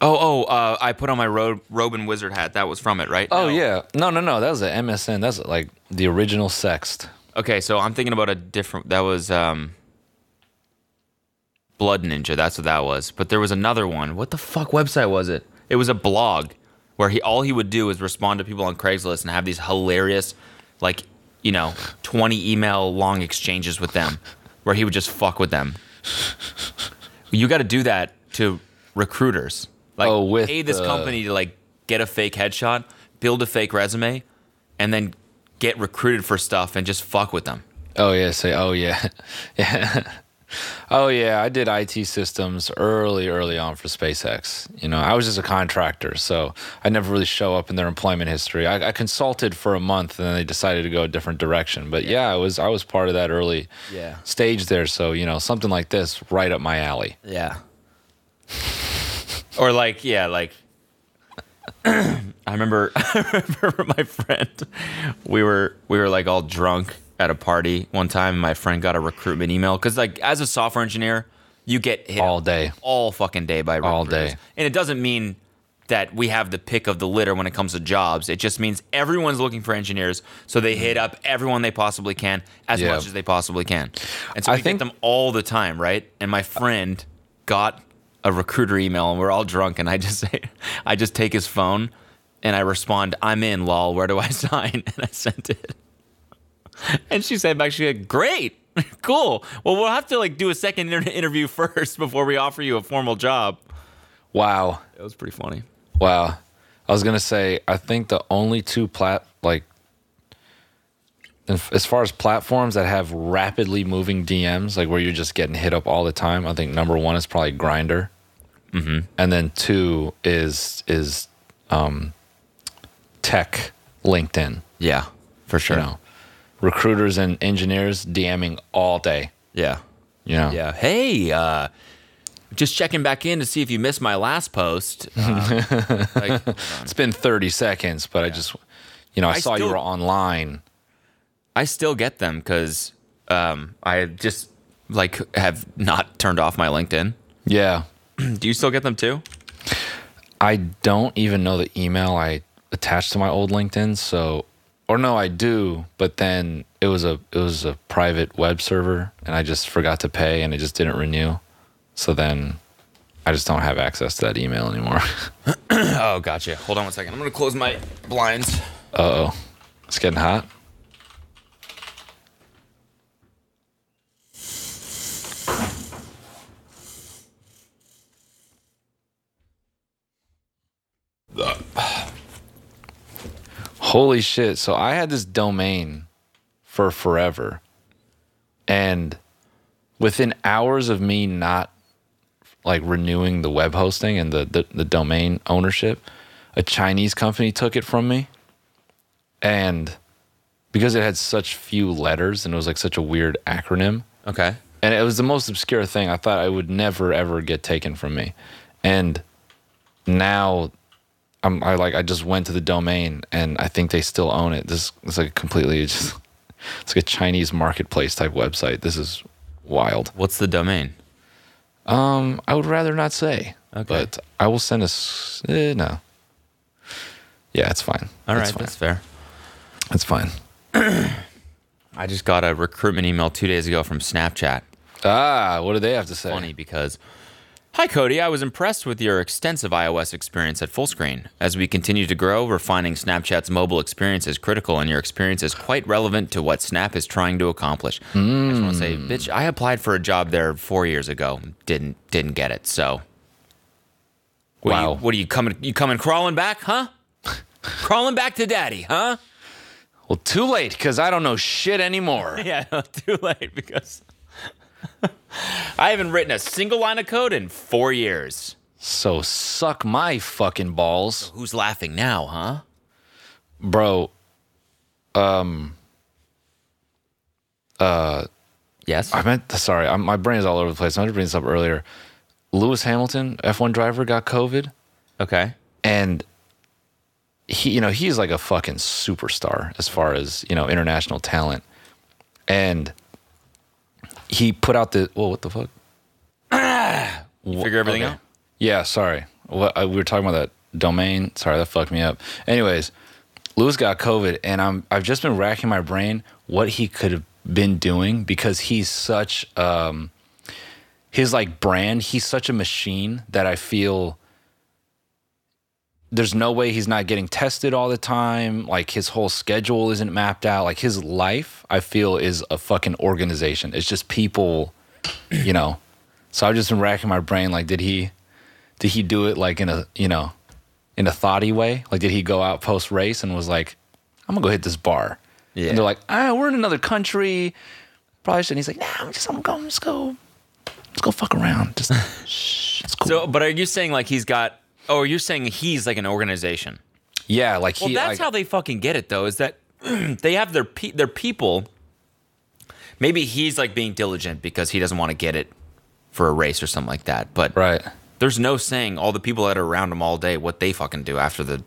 Speaker 2: Oh, oh, uh, I put on my ro- robe and wizard hat. That was from it, right?
Speaker 1: Oh
Speaker 2: No.
Speaker 1: yeah. No, no, no. That was an MSN. That's like the original sext.
Speaker 2: Okay, so I'm thinking about a different. That was um, Blood Ninja. That's what that was. But there was another one. What the fuck website was it? It was a blog where he all he would do is respond to people on Craigslist and have these hilarious, like you know, 20 email long exchanges with them, where he would just fuck with them. You got to do that to recruiters. Like,
Speaker 1: Oh, with
Speaker 2: pay this
Speaker 1: the-
Speaker 2: company to like get a fake headshot, build a fake resume, and then get recruited for stuff and just fuck with them.
Speaker 1: Oh yeah. Say oh yeah, [LAUGHS] yeah. Oh yeah. I did IT systems early, early on for SpaceX. You know, I was just a contractor, so I never really show up in their employment history. I, I consulted for a month, and then they decided to go a different direction. But yeah, I was I was part of that early
Speaker 2: Yeah.
Speaker 1: stage there. So you know, something like this right up my alley.
Speaker 2: Yeah. or like, yeah, like [CLEARS THROAT] I remember [LAUGHS] I remember my friend. We were we were like all drunk at a party one time and my friend got a recruitment email cuz like as a software engineer, you get hit
Speaker 1: All day.
Speaker 2: all fucking day by
Speaker 1: All
Speaker 2: recruiters.
Speaker 1: day.
Speaker 2: And it doesn't mean that we have the pick of the litter when it comes to jobs. It just means everyone's looking for engineers, so they hit up everyone they possibly can as
Speaker 1: Mm. Yeah.
Speaker 2: much as they possibly can. And so
Speaker 1: I
Speaker 2: we
Speaker 1: think-
Speaker 2: get them all the time, right? And my friend got a recruiter email, and we're all drunk, and I just [LAUGHS] say, I just take his phone, and I respond, "I'm in, lol. Where do I [LAUGHS] sign?" And I sent it. And she said back, she said, great, [LAUGHS] cool. Well, we'll have to like do a second inter- interview [LAUGHS] first before we offer you a formal job.
Speaker 1: Wow.
Speaker 2: It was pretty funny.
Speaker 1: Wow. I was gonna say, I think the only two plat like if- as far as platforms that have rapidly moving DMs, like where you're just getting hit up all the time, I think number one is probably Grinder, mm-hmm. and then two is is um, tech LinkedIn.
Speaker 2: Yeah, for
Speaker 1: You
Speaker 2: sure.
Speaker 1: know, recruiters and engineers DMing all day.
Speaker 2: Yeah.
Speaker 1: You know,
Speaker 2: Yeah. Hey, uh, just checking back in to see if you missed my last post. Uh, like, hold on.
Speaker 1: it's been 30 seconds, but I just, you know, I,
Speaker 2: I
Speaker 1: saw
Speaker 2: still-
Speaker 1: you were online.
Speaker 2: I still get them because um, I just like have not turned off my LinkedIn.
Speaker 1: Yeah,
Speaker 2: Do you still get them too?
Speaker 1: I don't even know the email I attached to my old LinkedIn. So, or no, I do, but then it was a it was a private web server, and I just forgot to pay, and it just didn't renew. So then, I just don't have access to that email anymore. [LAUGHS]
Speaker 2: Oh, gotcha. Hold on one second. I'm going to close my blinds.
Speaker 1: Uh oh, it's getting hot. Holy shit. So I had this domain for forever. And within hours of me not like renewing the web hosting and the, the, the domain ownership, a Chinese company took it from me. And because it had such few letters and it was like such a weird acronym,
Speaker 2: Okay.
Speaker 1: and it was the most obscure thing I thought I would never ever get taken from me. And now I'm I like I just went to the domain and I think they still own it. This it's like completely it's just [LAUGHS] it's like a Chinese marketplace type website. This is wild.
Speaker 2: What's the domain?
Speaker 1: I would rather not say.
Speaker 2: Okay.
Speaker 1: But I will send a s- eh, no. Yeah, it's fine.
Speaker 2: All right,
Speaker 1: it's fine.
Speaker 2: that's fair.
Speaker 1: It's fine.
Speaker 2: I just got a recruitment email two days ago from Snapchat.
Speaker 1: Ah, what do they have to say?
Speaker 2: Funny because, hi Cody, I was impressed with your extensive iOS experience at full screen. As we continue to grow, refining Snapchat's mobile experience is critical, and your experience is quite relevant to what Snap is trying to accomplish. I just want to say, bitch, I applied for a job there four years ago, didn't didn't get it. So, what Are
Speaker 1: Wow.
Speaker 2: you, what are you coming? You coming crawling back, [LAUGHS] huh? crawling back to daddy, huh?
Speaker 1: Well, too late because I don't know shit
Speaker 2: [LAUGHS]
Speaker 1: anymore.
Speaker 2: Yeah, no, too late because [LAUGHS] I haven't written a single line of code in four years.
Speaker 1: so suck my fucking balls.
Speaker 2: Who's laughing now, huh?
Speaker 1: bro um
Speaker 2: Yes.
Speaker 1: uh, i meant sorry I'm, my brain is all over the place i meant to bring this up earlier lewis hamilton f1 driver got covid
Speaker 2: Okay.
Speaker 1: and he you know he's like a fucking superstar as far as you know international talent and he put out the whoa what the fuck
Speaker 2: You figure everything
Speaker 1: okay.
Speaker 2: out.
Speaker 1: Yeah, sorry. What I, we were talking about that domain. Sorry, that fucked me up. Anyways, Lewis got COVID, and I'm I've just been racking my brain what he could have been doing because he's such um his like brand. He's such a machine that I feel there's no way he's not getting tested all the time. Like his whole schedule isn't mapped out. Like his life, I feel, is a fucking organization. It's just people, you know. So I've just been racking my brain. Like, did he, did he do it like in a you know, in a thoughty way? Like, did he go out post race and was like, I'm gonna go hit this bar?
Speaker 2: Yeah.
Speaker 1: And they're like, ah, we're in another country. Probably shouldn't. He's like, nah, I'm just, I'm going, let's go, let's go fuck around. Just, shh, it's cool.
Speaker 2: So, but are you saying like he's got? Oh, are you saying he's like an organization?
Speaker 1: yeah, like
Speaker 2: Well,
Speaker 1: he.
Speaker 2: that's
Speaker 1: like-
Speaker 2: how they fucking get it, though, is that [CLEARS THROAT] they have their pe- their people. Maybe he's like being diligent because he doesn't want to get it for a race or something like that. But
Speaker 1: Right.
Speaker 2: there's no saying all the people that are around him all day what they fucking do after the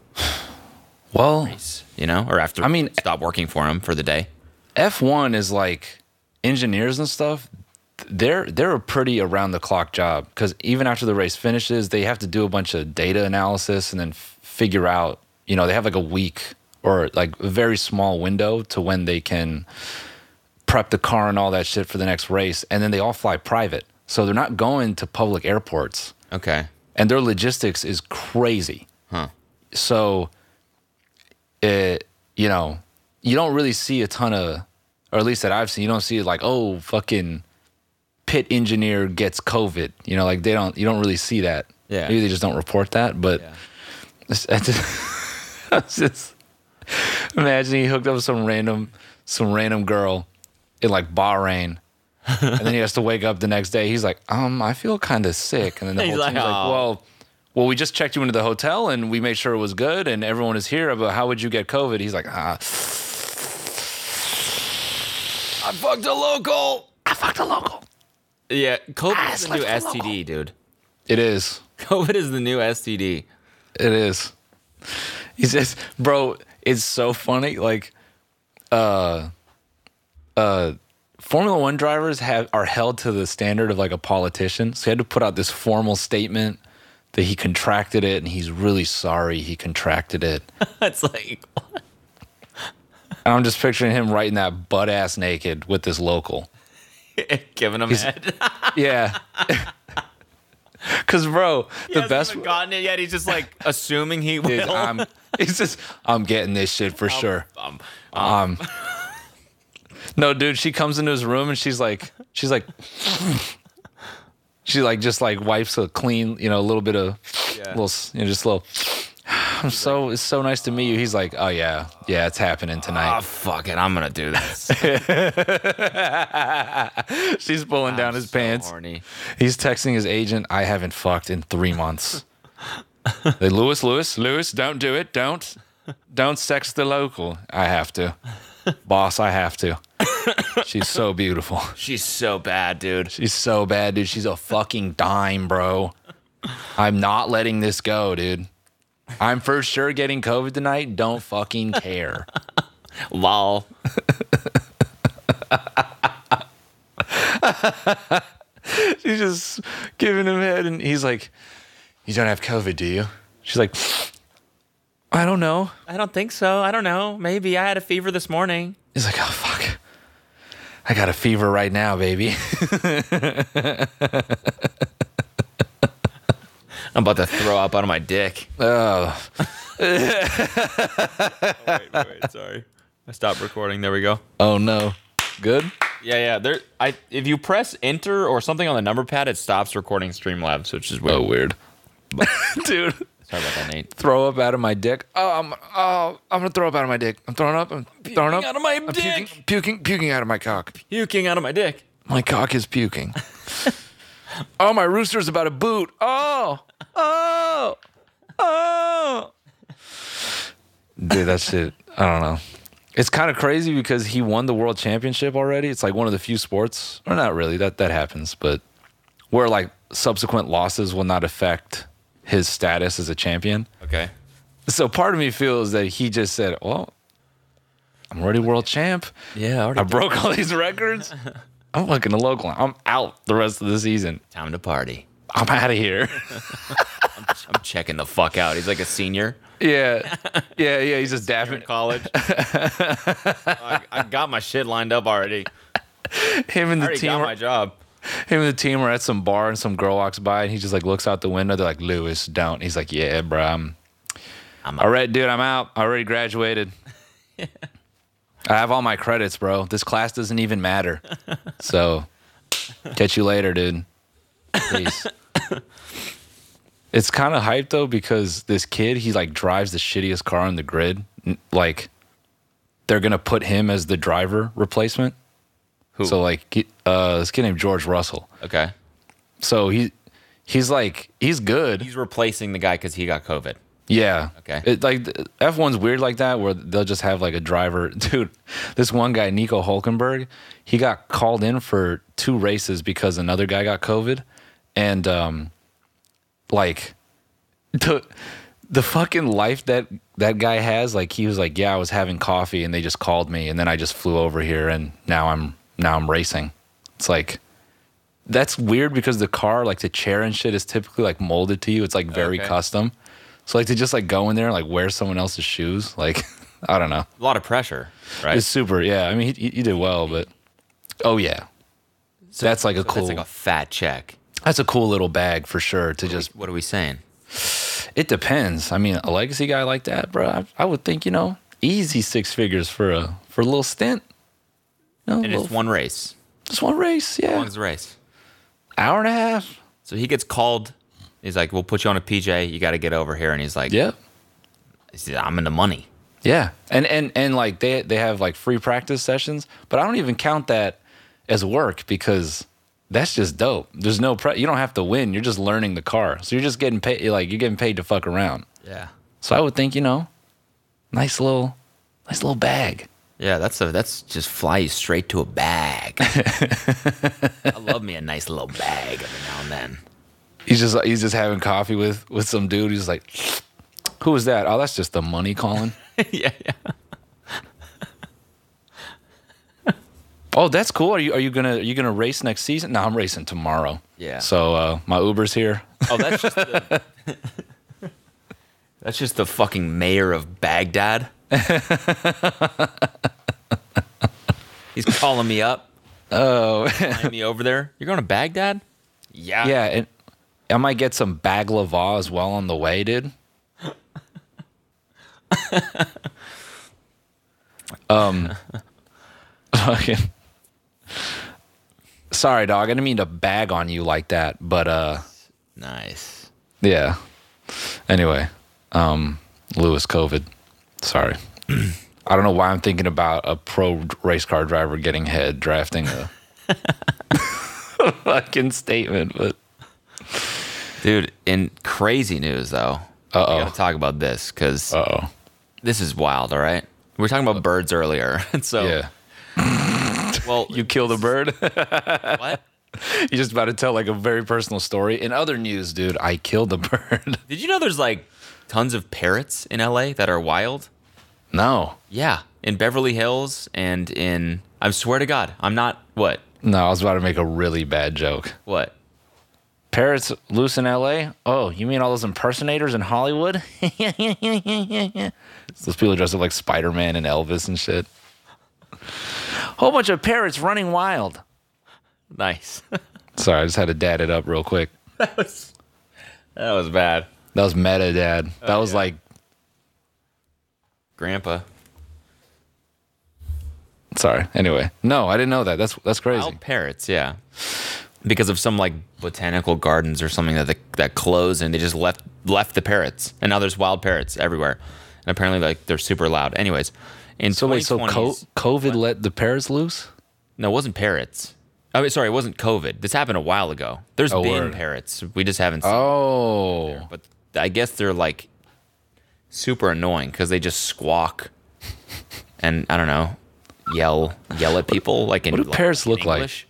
Speaker 1: Well,
Speaker 2: you know, or after
Speaker 1: I mean- eh
Speaker 2: stop working for him for the day.
Speaker 1: F1 is like engineers and stuff. They're they're a pretty around the clock job because even after the race finishes, they have to do a bunch of data analysis and then f- figure out. You know, they have like a week or like a very small window to when they can prep the car and all that shit for the next race, and then they all fly private, so they're not going to public airports
Speaker 2: Okay.
Speaker 1: and their logistics is crazy. So, it you know, you don't really see a ton of, or at least that I've seen, you don't see like oh fucking pit engineer gets COVID. You know, like they don't, you don't really see that.
Speaker 2: Yeah.
Speaker 1: maybe they just don't report that. But
Speaker 2: Yeah.
Speaker 1: it's- [LAUGHS] I just, I was just imagining he hooked up with some random, some random girl in like Bahrain. and then he has to wake up the next day. He's like, um, I feel kind of sick. And then the
Speaker 2: He's
Speaker 1: whole
Speaker 2: like,
Speaker 1: team's like,
Speaker 2: "Aw."
Speaker 1: well, well, we just checked you into the hotel and we made sure it was good and everyone is here. But how would you get COVID? He's like, ah,
Speaker 2: I fucked a local.
Speaker 1: I fucked a local.
Speaker 2: Yeah, COVID
Speaker 1: I
Speaker 2: is the
Speaker 1: slept
Speaker 2: new
Speaker 1: with a
Speaker 2: STD, dude.
Speaker 1: It is.
Speaker 2: [LAUGHS] COVID is the new STD.
Speaker 1: It is. He says, bro, it's so funny. Like, uh, uh, Formula One drivers have are held to the standard of like a politician. So he had to put out this formal statement that he contracted it and he's really sorry he contracted it. [LAUGHS]
Speaker 2: It's like [LAUGHS]
Speaker 1: And I'm just picturing him writing that butt ass naked with this local.
Speaker 2: giving him
Speaker 1: He's-
Speaker 2: head.
Speaker 1: Yeah. [LAUGHS] Cause bro, the best
Speaker 2: Hasn't gotten it yet. He's just like assuming he will.
Speaker 1: is I'm [LAUGHS] it's just I'm getting this shit for sure.
Speaker 2: um,
Speaker 1: [LAUGHS] No, dude, she comes into his room and she's like, she's like, [LAUGHS] [LAUGHS] she like just like wipes a clean, you know, a little [SIGHS] bit of, little, s- you know, just a little, I'm so it's so nice to meet you. He's like, oh yeah, yeah, it's happening
Speaker 2: Ah,
Speaker 1: tonight.
Speaker 2: fuck it. I'm gonna do this.
Speaker 1: She's pulling down his pants.
Speaker 2: Horny.
Speaker 1: He's texting his agent, I haven't fucked in three months. they, Lewis, Lewis, Lewis, don't do it. Don't, don't sex the local. I have to. Boss, I have to. She's so beautiful.
Speaker 2: She's so bad, dude.
Speaker 1: She's so bad, dude. She's a fucking dime, bro. I'm not letting this go, dude. I'm for sure getting COVID tonight. Don't fucking care.
Speaker 2: Lol.
Speaker 1: She's just giving him head, and he's like, "You don't have COVID, do you?" She's like, "I don't know."
Speaker 2: I don't think so. I don't know. Maybe I had a fever this morning.
Speaker 1: He's like, "Oh fuck, I got a fever right now, baby." [LAUGHS]
Speaker 2: I'm about to throw up out of my dick.
Speaker 1: Oh,
Speaker 2: wait, wait, wait. Sorry. I stopped recording. There we go.
Speaker 1: oh no, good.
Speaker 2: Yeah, yeah. There, I if you press enter or something on the number pad, it stops recording Streamlabs, which is weird.
Speaker 1: Oh
Speaker 2: [LAUGHS]
Speaker 1: weird, dude.
Speaker 2: Sorry about that, Nate.
Speaker 1: Throw up out of my dick. Oh, I'm oh, I'm gonna throw up out of my dick. I'm throwing up. I'm throwing up
Speaker 2: out of my
Speaker 1: I'm puking-
Speaker 2: dick.
Speaker 1: puking, puking out of my cock.
Speaker 2: Puking out of my dick.
Speaker 1: My cock is puking. [LAUGHS] oh, my rooster's about to boot. Oh, oh, oh. Dude, that shit. I don't know. It's kind of crazy because he won the world championship already. It's like one of the few sports, or not really, that, that happens, but where like subsequent losses will not affect his status as a champion.
Speaker 2: Okay.
Speaker 1: So part of me feels that he just said, well, I'm already world champ.
Speaker 2: Yeah.
Speaker 1: I broke all these
Speaker 2: [LAUGHS]
Speaker 1: records. I'm looking to local. I'm out the rest of the season.
Speaker 2: Time to party.
Speaker 1: I'm out of
Speaker 2: [LAUGHS]
Speaker 1: here.
Speaker 2: I'm checking the fuck out. He's like a senior.
Speaker 1: yeah. [LAUGHS] Yeah. Yeah. He's just
Speaker 2: You're in
Speaker 1: dapping. [LAUGHS]
Speaker 2: college. I, I got my shit lined up already.
Speaker 1: Him and the
Speaker 2: I already
Speaker 1: team.
Speaker 2: got
Speaker 1: Are,
Speaker 2: my job.
Speaker 1: him and the team are at some bar and some girl walks by and he just like looks out the window. They're like, Lewis, don't. He's like, yeah, bro. I'm.
Speaker 2: I'm
Speaker 1: All right, dude. I'm out. I already
Speaker 2: [LAUGHS]
Speaker 1: graduated. I have all my credits, bro. This class doesn't even matter. So, catch you later, dude.
Speaker 2: [LAUGHS]
Speaker 1: Peace. it's kind of hype though because this kid, he like drives the shittiest car on the grid. N- Like, they're gonna put him as the driver replacement.
Speaker 2: Who?
Speaker 1: So like, he- uh, this kid named George Russell.
Speaker 2: Okay.
Speaker 1: So he, he's like, he's good.
Speaker 2: He's replacing the guy because he got COVID.
Speaker 1: Yeah.
Speaker 2: Okay.
Speaker 1: It, like F one's weird like that, where they'll just have like a driver. [LAUGHS] Dude, this one guy, Nico Hulkenberg, he got called in for two races because another guy got COVID, and um, like [LAUGHS] the the fucking life that that guy has. Like he was like, yeah, I was having coffee, and they just called me, and then I just flew over here, and now I'm now I'm racing. It's like. That's weird because the car, like the chair and shit, is typically like molded to you. It's like very
Speaker 2: Okay.
Speaker 1: custom. So like to just like go in there and like wear someone else's shoes, like [LAUGHS] I don't know.
Speaker 2: A lot of pressure, right?
Speaker 1: It's super. Yeah, I mean he, he did well, but oh yeah, that's like a
Speaker 2: That's
Speaker 1: cool.
Speaker 2: like a fat check.
Speaker 1: that's a cool little bag for sure. To just
Speaker 2: What are we saying?
Speaker 1: it depends. I mean, a legacy guy like that, bro, I, I would think you know easy six figures for a for a little stint. No,
Speaker 2: And
Speaker 1: little,
Speaker 2: it's one race.
Speaker 1: just one race,
Speaker 2: How
Speaker 1: yeah,
Speaker 2: long's the race?
Speaker 1: hour and a half.
Speaker 2: So he gets called. He's like, "We'll put you on a PJ. You got to get over here." And he's like,
Speaker 1: Yeah,
Speaker 2: he said, I'm in the money."
Speaker 1: yeah, and and and like they they have like free practice sessions, but I don't even count that as work because that's just dope. There's no pre- you don't have to win. You're just learning the car, so you're just getting paid. Like you're getting paid to fuck around.
Speaker 2: Yeah,
Speaker 1: So I would think you know, nice little, nice little bag.
Speaker 2: yeah. That's a that's just fly you straight to
Speaker 1: [LAUGHS]
Speaker 2: a bag. I love me a nice little bag every now and then.
Speaker 1: He's just he's just having coffee with with some dude. He's like, who is that? Oh, that's just the money calling.
Speaker 2: [LAUGHS] yeah, yeah.
Speaker 1: oh, that's cool. Are you are you gonna are you gonna race next season? No, I'm racing tomorrow.
Speaker 2: Yeah.
Speaker 1: So uh, my Uber's here.
Speaker 2: Oh, that's just the, [LAUGHS] that's just the fucking mayor of Baghdad. [LAUGHS] He's calling me up. Oh, flying me over there. You're going to Baghdad? Yeah.
Speaker 1: Yeah, and I might get some baklava as well on the way, dude. um, [LAUGHS] fucking. Sorry, dog. I didn't mean to bag on you like that, but uh,
Speaker 2: Nice.
Speaker 1: yeah. Anyway, um, Lewis COVID. Sorry. [CLEARS THROAT] I don't know why I'm thinking about a pro race car driver getting head drafting a [LAUGHS] fucking statement, but
Speaker 2: Dude, in crazy news though,
Speaker 1: Uh-oh.
Speaker 2: we gotta talk about this because
Speaker 1: uh oh.
Speaker 2: this is wild. All right, we were talking about birds earlier, [LAUGHS] and so
Speaker 1: Yeah.
Speaker 2: well,
Speaker 1: You killed a bird. [LAUGHS]
Speaker 2: what?
Speaker 1: You're just about to tell like a very personal story. In other news, dude, I killed a [LAUGHS] bird.
Speaker 2: Did you know there's like tons of parrots in LA that are wild?
Speaker 1: no.
Speaker 2: Yeah, in Beverly Hills and in I swear to God, I'm not what
Speaker 1: No, I was about to make a really bad joke.
Speaker 2: what.
Speaker 1: Parrots loose in LA? Oh, you mean all those impersonators in Hollywood? [LAUGHS] those people dressed up like Spider Man and Elvis and shit. Whole bunch of parrots running wild.
Speaker 2: Nice.
Speaker 1: Sorry, I just had to dad it up real quick.
Speaker 2: that was bad,
Speaker 1: [LAUGHS] That was meta dad. That was like
Speaker 2: Grandpa.
Speaker 1: sorry. Anyway. No, I didn't know that. That's that's crazy.
Speaker 2: Wild parrots, yeah. Because of some like botanical gardens or something that they, that closed and they just left left the parrots, and now there's wild parrots everywhere, and apparently like they're super loud. Anyways, in
Speaker 1: So wait, so co-
Speaker 2: 2020s
Speaker 1: COVID let the parrots loose?
Speaker 2: no, it wasn't parrots. I mean, sorry, it wasn't COVID. This happened a while ago. There's
Speaker 1: Oh,
Speaker 2: been
Speaker 1: word.
Speaker 2: parrots. We just haven't seen.
Speaker 1: Oh.
Speaker 2: But I guess they're like super annoying because they just squawk, and I don't know, yell yell at people like in
Speaker 1: what do
Speaker 2: like,
Speaker 1: parrots
Speaker 2: in
Speaker 1: look like?
Speaker 2: English.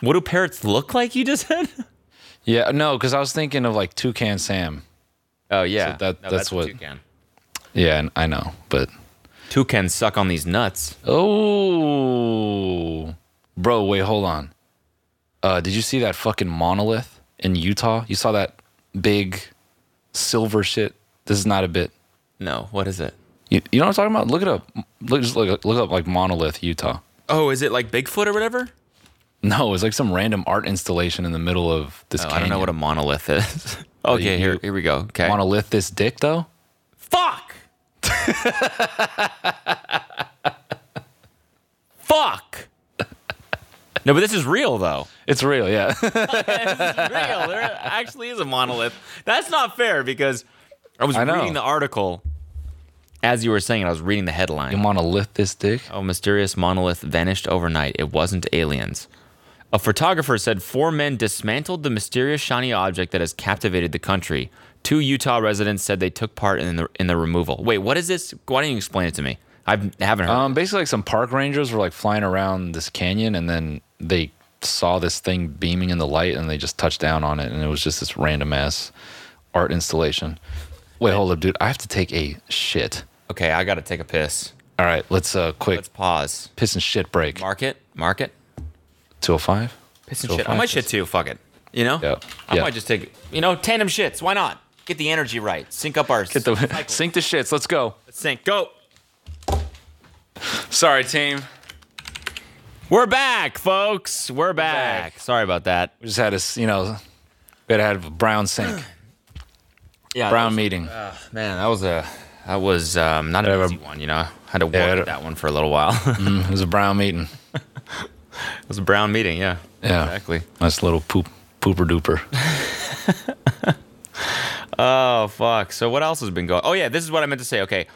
Speaker 2: What do parrots look like? You just said.
Speaker 1: Yeah, no, because I was thinking of like Toucan Sam.
Speaker 2: [LAUGHS] Oh yeah,
Speaker 1: So that- that's
Speaker 2: a
Speaker 1: what-
Speaker 2: toucan.
Speaker 1: Yeah, and I know, but
Speaker 2: toucans suck on these nuts.
Speaker 1: oh, bro, wait, hold on. Uh, did you see that fucking monolith in Utah? You saw that big silver shit. This is not a bit.
Speaker 2: No, what is it?
Speaker 1: You, you know what I'm talking about? Look it up. Look, just look, look up like monolith Utah. [LAUGHS]
Speaker 2: Oh, is it like Bigfoot or whatever?
Speaker 1: No, it's like some random art installation in the middle of this.
Speaker 2: Oh, I don't know what a monolith is. okay,
Speaker 1: you-
Speaker 2: here here we go. Okay,
Speaker 1: monolith this dick though.
Speaker 2: Fuck. Fuck. No, but this is real though.
Speaker 1: It's real, yeah. [LAUGHS]
Speaker 2: It's real. There actually is a monolith. That's not fair because I was
Speaker 1: I know.
Speaker 2: reading the article as you were saying it. I was reading the headline.
Speaker 1: monolith this dick.
Speaker 2: Oh, mysterious monolith vanished overnight. It wasn't aliens. A photographer said four men dismantled the mysterious shiny object that has captivated the country. Two Utah residents said they took part in the in the removal. Wait, what is this? Why don't you explain it to me? I've, I haven't heard.
Speaker 1: Um, basically, like some park rangers were like flying around this canyon, and then they saw this thing beaming in the light, and they just touched down on it, and it was just this random ass art installation. Wait, hold up, dude. I have to take a shit.
Speaker 2: okay, I gotta take a piss.
Speaker 1: All right, let's uh quick
Speaker 2: Let's pause.
Speaker 1: piss and shit break.
Speaker 2: Mark it. Mark it.
Speaker 1: Two oh five.
Speaker 2: Piss and shit. I might shit too. Fuck it. You know.
Speaker 1: Yeah.
Speaker 2: I
Speaker 1: Yeah.
Speaker 2: might just take. You know, tandem shits. Why not? Get the energy right. Sync up our.
Speaker 1: [LAUGHS]
Speaker 2: Get
Speaker 1: The, sink the shits. Let's go.
Speaker 2: sync. Go.
Speaker 1: Sorry, team.
Speaker 2: We're back, folks. We're back. Sorry about that.
Speaker 1: We just had a s- you know, we had to have a brown sink,
Speaker 2: Yeah.
Speaker 1: brown meeting.
Speaker 2: Man, that was a that was um, not an
Speaker 1: Yeah,
Speaker 2: easy
Speaker 1: but-
Speaker 2: one. You know, I had to work
Speaker 1: Yeah,
Speaker 2: at
Speaker 1: it-
Speaker 2: that one for a little while. [LAUGHS] it
Speaker 1: It was a brown meeting.
Speaker 2: was a brown meeting. Yeah.
Speaker 1: Yeah.
Speaker 2: Exactly.
Speaker 1: Nice little poop pooper duper.
Speaker 2: Oh fuck. So what else has been going? Oh yeah, this is what I meant to say. Okay.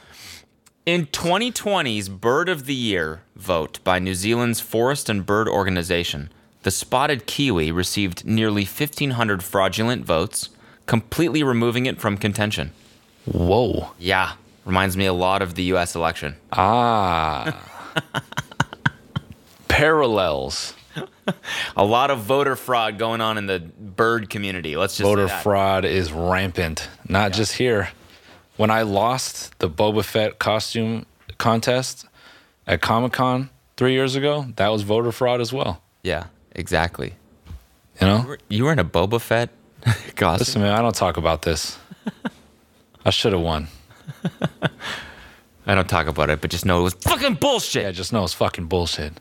Speaker 2: In 2020's Bird of the Year vote by New Zealand's Forest and Bird Organization, the spotted kiwi received nearly 1,500 fraudulent votes, completely removing it from contention.
Speaker 1: Whoa.
Speaker 2: Yeah, reminds me a lot of the U.S. election.
Speaker 1: Parallels.
Speaker 2: A lot of voter fraud going on in the bird community. Let's just say
Speaker 1: voter
Speaker 2: that.
Speaker 1: fraud is rampant, not just here. When I lost the Boba Fett costume contest at Comic Con three years ago, that was voter fraud as well.
Speaker 2: Yeah, exactly.
Speaker 1: You know,
Speaker 2: You were in a Boba Fett [LAUGHS]
Speaker 1: listen,
Speaker 2: costume.
Speaker 1: man, I don't talk about
Speaker 2: [LAUGHS]
Speaker 1: this. I should have won.
Speaker 2: I don't talk about it, but just know it was fucking bullshit.
Speaker 1: Yeah, just know it's fucking bullshit.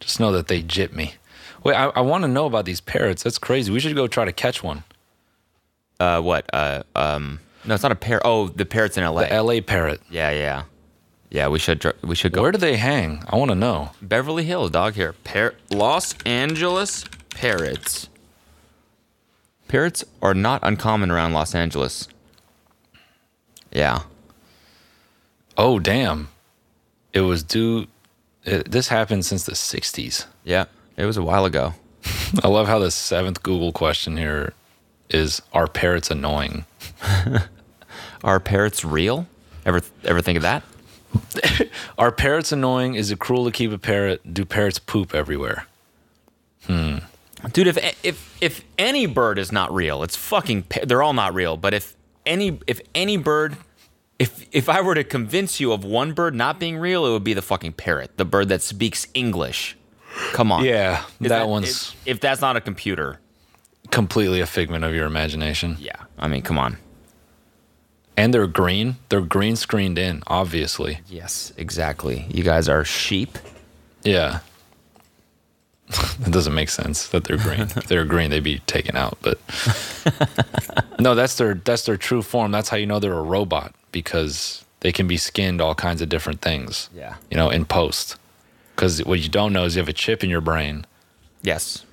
Speaker 1: Just know that they jip me. Wait, I, I want to know about these parrots. That's crazy. We should go try to catch one.
Speaker 2: Uh, what? Uh, um, no, it's not a parrot. Oh, the parrots in L.A.
Speaker 1: The LA parrot.
Speaker 2: yeah, yeah, yeah. We should dr- we should go
Speaker 1: Where do they hang? I want to know.
Speaker 2: Beverly Hills dog here. Par- Los Angeles parrots. Parrots are not uncommon around Los Angeles. Yeah.
Speaker 1: Oh, damn. It was due. It, this happened since the 60s.
Speaker 2: Yeah. It was a while ago.
Speaker 1: I love how the seventh Google question here is Are parrots annoying?
Speaker 2: Are parrots real? Ever ever think of that?
Speaker 1: Are parrots annoying? Is it cruel to keep a parrot? Do parrots poop everywhere?
Speaker 2: Dude, if if if any bird is not real, it's fucking pa- they're all not real, but if any if any bird if if I were to convince you of one bird not being real, it would be the fucking parrot, the bird that speaks English. Come on.
Speaker 1: Yeah, that,
Speaker 2: Is
Speaker 1: one's
Speaker 2: if, if that's not a computer.
Speaker 1: completely a figment of your imagination.
Speaker 2: Yeah. I mean, come on.
Speaker 1: And they're green. They're green screened in, obviously.
Speaker 2: Yes, exactly. You guys are sheep.
Speaker 1: Yeah. [LAUGHS] that doesn't make sense that they're green. if they're green, they'd be taken out,
Speaker 2: [LAUGHS]
Speaker 1: but No, that's their that's their true form. That's how you know they're a robot because they can be skinned all kinds of different things.
Speaker 2: Yeah.
Speaker 1: You know, in post. Cuz what you don't know is you have a chip in your brain
Speaker 2: Yes.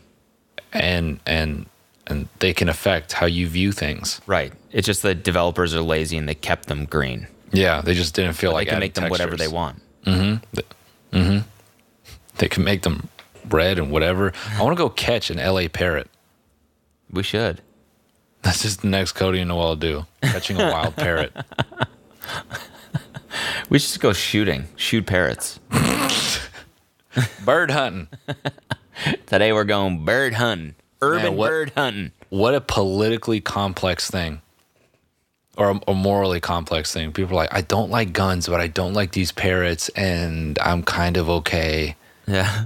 Speaker 1: and and and they can affect how you view things.
Speaker 2: Right. It's just the developers are lazy and they kept them green.
Speaker 1: Yeah, they just didn't feel
Speaker 2: They
Speaker 1: like
Speaker 2: can
Speaker 1: adding
Speaker 2: make them whatever they
Speaker 1: textures.
Speaker 2: want.
Speaker 1: They can make them red and whatever. I want to go catch an LA parrot. [LAUGHS]
Speaker 2: We should.
Speaker 1: That's just the next Cody and Noel do. Catching a wild parrot.
Speaker 2: We should just go shooting. Shoot parrots.
Speaker 1: Bird hunting.
Speaker 2: Today we're going bird hunting. Urban
Speaker 1: Man, what-
Speaker 2: bird hunting.
Speaker 1: What a politically complex thing. Or a, a morally complex thing. People are like, I don't like guns, but I don't like these parrots, and I'm kind of okay.
Speaker 2: Yeah.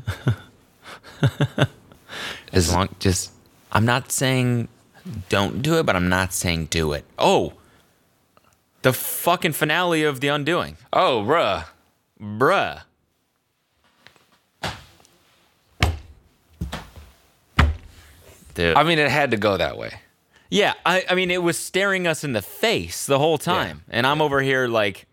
Speaker 2: [LAUGHS] as long just I'm not saying don't do it, but I'm not saying do it. Oh. The fucking finale of The Undoing.
Speaker 1: Oh, bruh.
Speaker 2: Bruh. Dude.
Speaker 1: I mean, it had to go that way.
Speaker 2: Yeah, I, I mean, it was staring us in the face the whole time. And I'm over here like,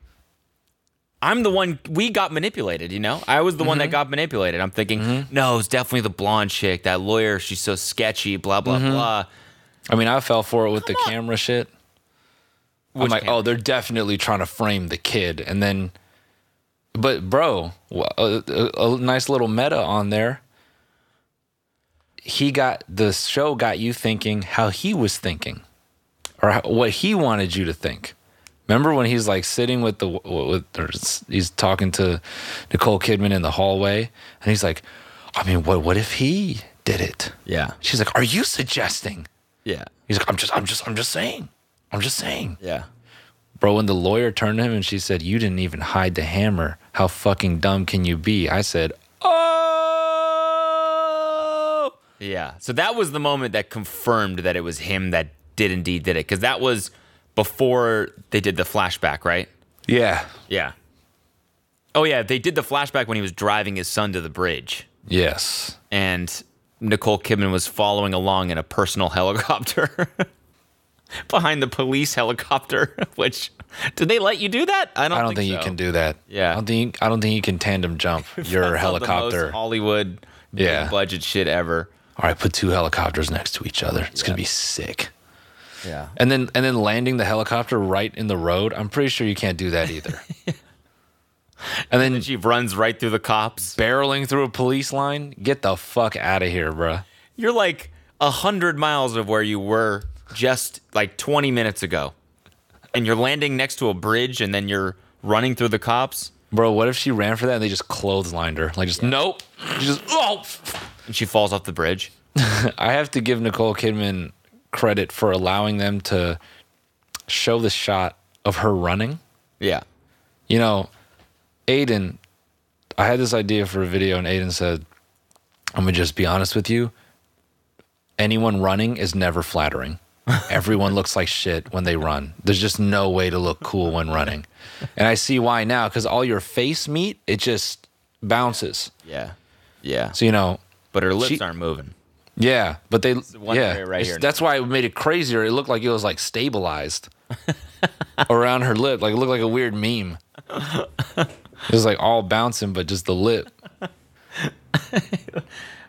Speaker 2: I'm the one, we got manipulated, you know? I was the one that got manipulated. I'm thinking, no, it's definitely the blonde chick, that lawyer, she's so sketchy, blah, blah, blah.
Speaker 1: I mean, I fell for it with the camera shit. I'm
Speaker 2: Which
Speaker 1: like,
Speaker 2: camera?
Speaker 1: oh, they're definitely trying to frame the kid, and then, but bro, wh- a, a, a nice little meta on there. He got the show got you thinking how he was thinking, or how, what he wanted you to think. Remember when he's like sitting with the with or s- he's talking to Nicole Kidman in the hallway, and he's like, I mean, what what if he did it?
Speaker 2: Yeah,
Speaker 1: She's like, Are you suggesting?
Speaker 2: yeah,
Speaker 1: He's like, I'm just, I'm just, I'm just saying. I'm just saying.
Speaker 2: yeah.
Speaker 1: Bro, when the lawyer turned to him and she said, You didn't even hide the hammer. How fucking dumb can you be? I said, Oh.
Speaker 2: Yeah. So that was the moment that confirmed that it was him that did indeed did it. Cause that was before they did the flashback, right?
Speaker 1: Yeah.
Speaker 2: Yeah. Oh, yeah. They did the flashback when he was driving his son to the bridge.
Speaker 1: Yes.
Speaker 2: and Nicole Kidman was following along in a personal [LAUGHS] helicopter behind the police helicopter. [LAUGHS] Which did they let you do that? I don't.
Speaker 1: I don't think, you
Speaker 2: so.
Speaker 1: can do that.
Speaker 2: Yeah.
Speaker 1: I don't think I don't think you can tandem
Speaker 2: [LAUGHS]
Speaker 1: jump your
Speaker 2: That's all the most
Speaker 1: helicopter. All
Speaker 2: Hollywood,
Speaker 1: Yeah.
Speaker 2: big budget shit ever.
Speaker 1: right, put two helicopters next to each other. It's gonna be sick.
Speaker 2: Yeah.
Speaker 1: And then and then landing the helicopter right in the road. I'm pretty sure you can't do that
Speaker 2: [LAUGHS]
Speaker 1: either. and then
Speaker 2: She runs right through the cops.
Speaker 1: barreling through a police line. Get the fuck out of here, bruh.
Speaker 2: You're like a hundred miles of where you were just like 20 minutes ago, and you're landing next to a bridge, and then you're running through the cops.
Speaker 1: Bro, what if she ran for that and they just clotheslined her? Like, just nope. She [LAUGHS] just oh.
Speaker 2: And she falls off the bridge.
Speaker 1: I have to give Nicole Kidman credit for allowing them to show the shot of her running.
Speaker 2: Yeah.
Speaker 1: You know, Aiden, I had this idea for a video, and Aiden said, "I'm gonna just be honest with you. Anyone running is never flattering. Everyone looks like shit when they run. There's just no way to look cool when running, and I see why now because all your face meat it just bounces.
Speaker 2: Yeah. Yeah.
Speaker 1: So you know,
Speaker 2: But her lips
Speaker 1: She-
Speaker 2: aren't moving.
Speaker 1: yeah, but they
Speaker 2: one
Speaker 1: yeah,
Speaker 2: area right
Speaker 1: it's-
Speaker 2: here.
Speaker 1: that's why it made it crazier. It looked like it was like stabilized [LAUGHS] around her lip, like it looked like a weird meme. It was like all bouncing, but just the lip.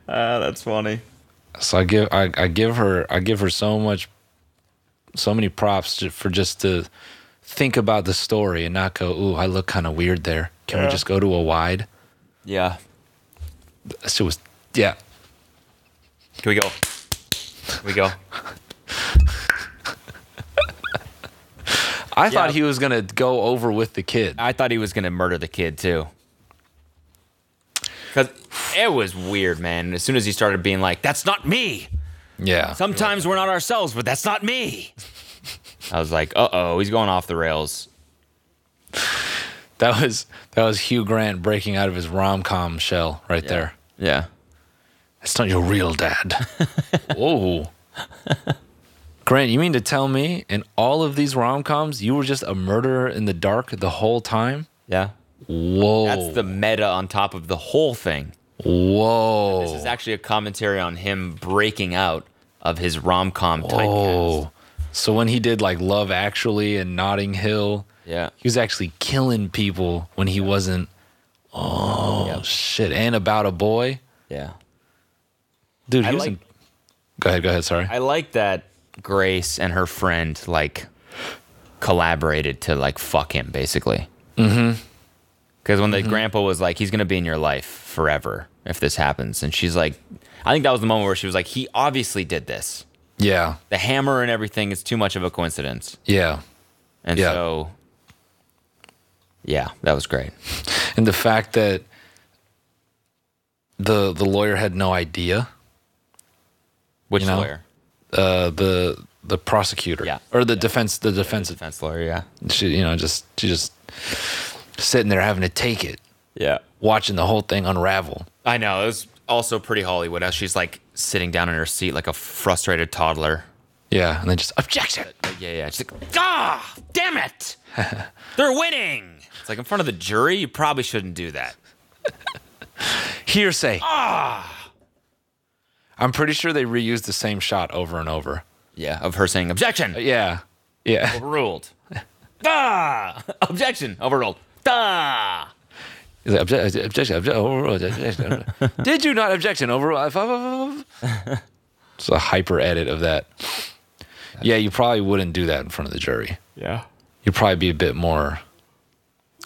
Speaker 2: That's funny.
Speaker 1: So I give I, I give her I give her so much, so many props ju- for just to think about the story and not go, ooh, I look kind of weird there. Can we just go to a wide?
Speaker 2: Yeah.
Speaker 1: That shit was, yeah.
Speaker 2: Here we go. Here we go.
Speaker 1: I thought
Speaker 2: Yeah.
Speaker 1: he was gonna go over with the kid.
Speaker 2: I thought he was gonna murder the kid too. Cause it was weird, man. As soon as he started being like, "That's not me,"
Speaker 1: Yeah.
Speaker 2: Sometimes we're not ourselves, but that's not me. I was like, uh oh, he's going off the rails.
Speaker 1: That was that was Hugh Grant breaking out of his rom com shell right there.
Speaker 2: Yeah.
Speaker 1: That's not your real
Speaker 2: [LAUGHS]
Speaker 1: dad. Whoa. Grant, you mean to tell me in all of these rom coms you were just a murderer in the dark the whole time?
Speaker 2: Yeah.
Speaker 1: Whoa.
Speaker 2: That's the meta on top of the whole thing.
Speaker 1: Whoa.
Speaker 2: This is actually a commentary on him breaking out of his rom com typecast.
Speaker 1: Whoa. So when he did like Love Actually and Notting Hill,
Speaker 2: Yeah.
Speaker 1: he was actually killing people when he wasn't. Oh
Speaker 2: Yep.
Speaker 1: shit! And about a boy,
Speaker 2: Yeah.
Speaker 1: dude.
Speaker 2: I
Speaker 1: He was
Speaker 2: like-
Speaker 1: in- Go ahead. Go ahead. Sorry.
Speaker 2: I like that Grace and her friend like collaborated to like fuck him basically. Mm-hmm. Because when the grandpa was like, he's gonna be in your life forever if this happens, and she's like, I think that was the moment where she was like, he obviously did this.
Speaker 1: yeah.
Speaker 2: The hammer and everything is too much of a coincidence,
Speaker 1: Yeah.
Speaker 2: and
Speaker 1: Yeah.
Speaker 2: so yeah, that was great.
Speaker 1: And the fact that the the lawyer had no idea.
Speaker 2: Which
Speaker 1: You know?
Speaker 2: lawyer?
Speaker 1: Uh, the the prosecutor.
Speaker 2: Yeah.
Speaker 1: Or the defense. The defense.
Speaker 2: Defense lawyer. Yeah.
Speaker 1: She, you know, just she just sitting there having to take it,
Speaker 2: Yeah.
Speaker 1: watching the whole thing unravel.
Speaker 2: I know. It was also pretty Hollywood. As she's like sitting down in her seat like a frustrated toddler.
Speaker 1: Yeah. And then just objection.
Speaker 2: Yeah, yeah. She's like, ah, damn [LAUGHS] it. They're winning. It's like in front of the jury, you probably shouldn't do that.
Speaker 1: hearsay. I'm pretty sure they reused the same shot over and over.
Speaker 2: Yeah, of her saying, objection,
Speaker 1: Yeah. Yeah.
Speaker 2: [LAUGHS] overruled. Duh! [LAUGHS] Objection, overruled. Duh!
Speaker 1: He's like, "Obje- obje- Objection. obje- overruled, objection,
Speaker 2: [LAUGHS]
Speaker 1: overruled." Did you not objection? Overrule. It's a hyper edit of that. Yeah, you probably wouldn't do that in front of the jury.
Speaker 2: Yeah.
Speaker 1: You'd probably be a bit more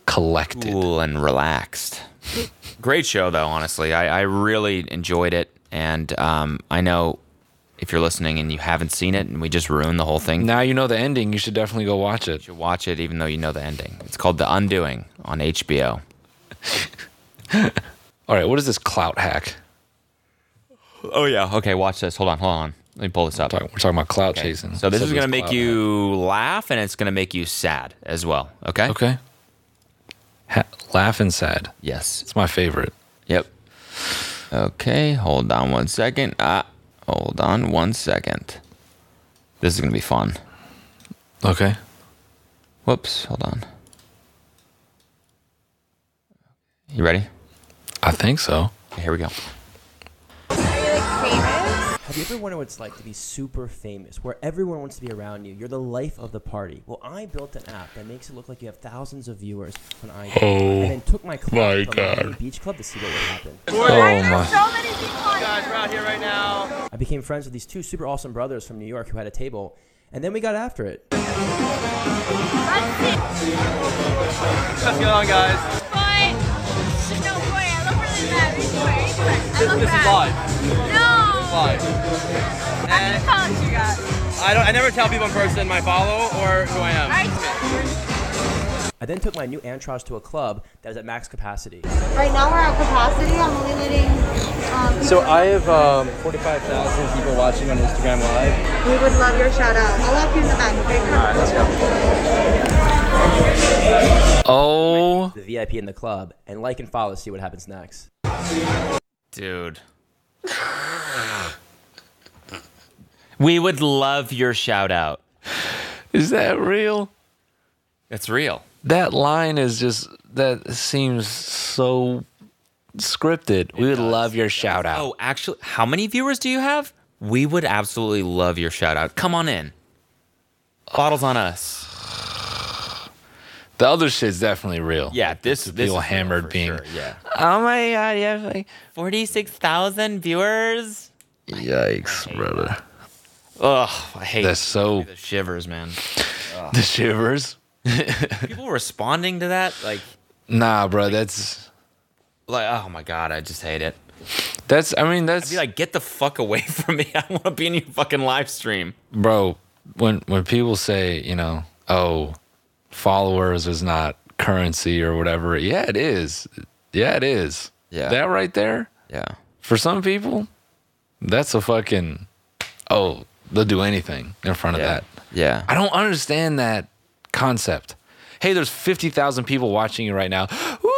Speaker 1: collected.
Speaker 2: Cool and relaxed. [LAUGHS] Great show, though, honestly. I, I really enjoyed it. And um, I know if you're listening and you haven't seen it and we just ruined the whole thing,
Speaker 1: Now you know the ending. You should definitely go watch it.
Speaker 2: You should watch it even though you know the ending. It's called The Undoing on HBO.
Speaker 1: All right, what is this clout hack?
Speaker 2: Oh yeah. Okay, watch this. Hold on, hold on. Let me pull this up.
Speaker 1: Talk- We're talking about clout chasing.
Speaker 2: So this
Speaker 1: Said
Speaker 2: is gonna
Speaker 1: it's
Speaker 2: make
Speaker 1: clout
Speaker 2: you laugh and it's gonna make you sad as well. Okay.
Speaker 1: hack. Okay. Ha- laugh and sad.
Speaker 2: Yes.
Speaker 1: It's my favorite.
Speaker 2: Yep. Okay. Hold on one second. Ah. Hold on one second. This is gonna be fun.
Speaker 1: Okay.
Speaker 2: Whoops. Hold on. You ready?
Speaker 1: I think so.
Speaker 2: Okay, here we go.
Speaker 7: Have you ever wondered what it's like to be super famous, where everyone wants to be around you? You're the life of the party. Well, I built an app that makes it look like you have thousands of viewers on iTunes, oh, and then took my club to the Miami Beach Club to see what would happen.
Speaker 1: Oh my.
Speaker 8: so many people on
Speaker 7: I became friends with these two super awesome brothers from New York who had a table, and then we got after it.
Speaker 8: What's going on, guys? Boy, no, boy, I look really bad. This I look this bad. is live. No. live. How many followers you got?
Speaker 9: Eh, I don't. I never tell people in person my follow or who I am.
Speaker 8: All right.
Speaker 7: I then took my new Antros to a club that was at max capacity.
Speaker 8: Right now we're at capacity. I'm only letting. Um, so
Speaker 9: I have um, 45,000 people watching on Instagram Live.
Speaker 8: we would love your shout out. I'll help you in the back. Okay.
Speaker 1: Oh
Speaker 7: The VIP in the club, and like and follow to see what happens next.
Speaker 2: Dude. we would love your shout out.
Speaker 1: is that real?
Speaker 2: It's real.
Speaker 1: That line is just that seems so scripted. we would love your shout out.
Speaker 2: Oh, actually, how many viewers do you have? We would absolutely love your shout out. Come on in. Bottles on us.
Speaker 1: The other shit's definitely real.
Speaker 2: Yeah, this
Speaker 1: The
Speaker 2: this
Speaker 1: people
Speaker 2: is real
Speaker 1: hammered
Speaker 2: for
Speaker 1: being-
Speaker 2: sure, Yeah.
Speaker 1: Oh my god, yeah. Like,
Speaker 2: Forty six thousand viewers.
Speaker 1: Yikes, brother.
Speaker 2: Ugh, I hate
Speaker 1: That's so [LAUGHS]
Speaker 2: the shivers, man.
Speaker 1: the shivers.
Speaker 2: [LAUGHS] People responding to that, like,
Speaker 1: Nah, bro. That's
Speaker 2: like, oh my god, I just hate it.
Speaker 1: that's. I mean, that's
Speaker 2: Be like, get the fuck away [LAUGHS] from me. I want to be in your fucking live stream.
Speaker 1: bro. When when people say you know, oh, followers is not currency or whatever. Yeah, it is. Yeah, it is.
Speaker 2: Yeah.
Speaker 1: That right there.
Speaker 2: Yeah.
Speaker 1: For some people, that's a fucking. Oh, they'll do anything in front of that.
Speaker 2: Yeah.
Speaker 1: I don't understand that concept. Hey, there's 50,000 people watching you right now. Woo!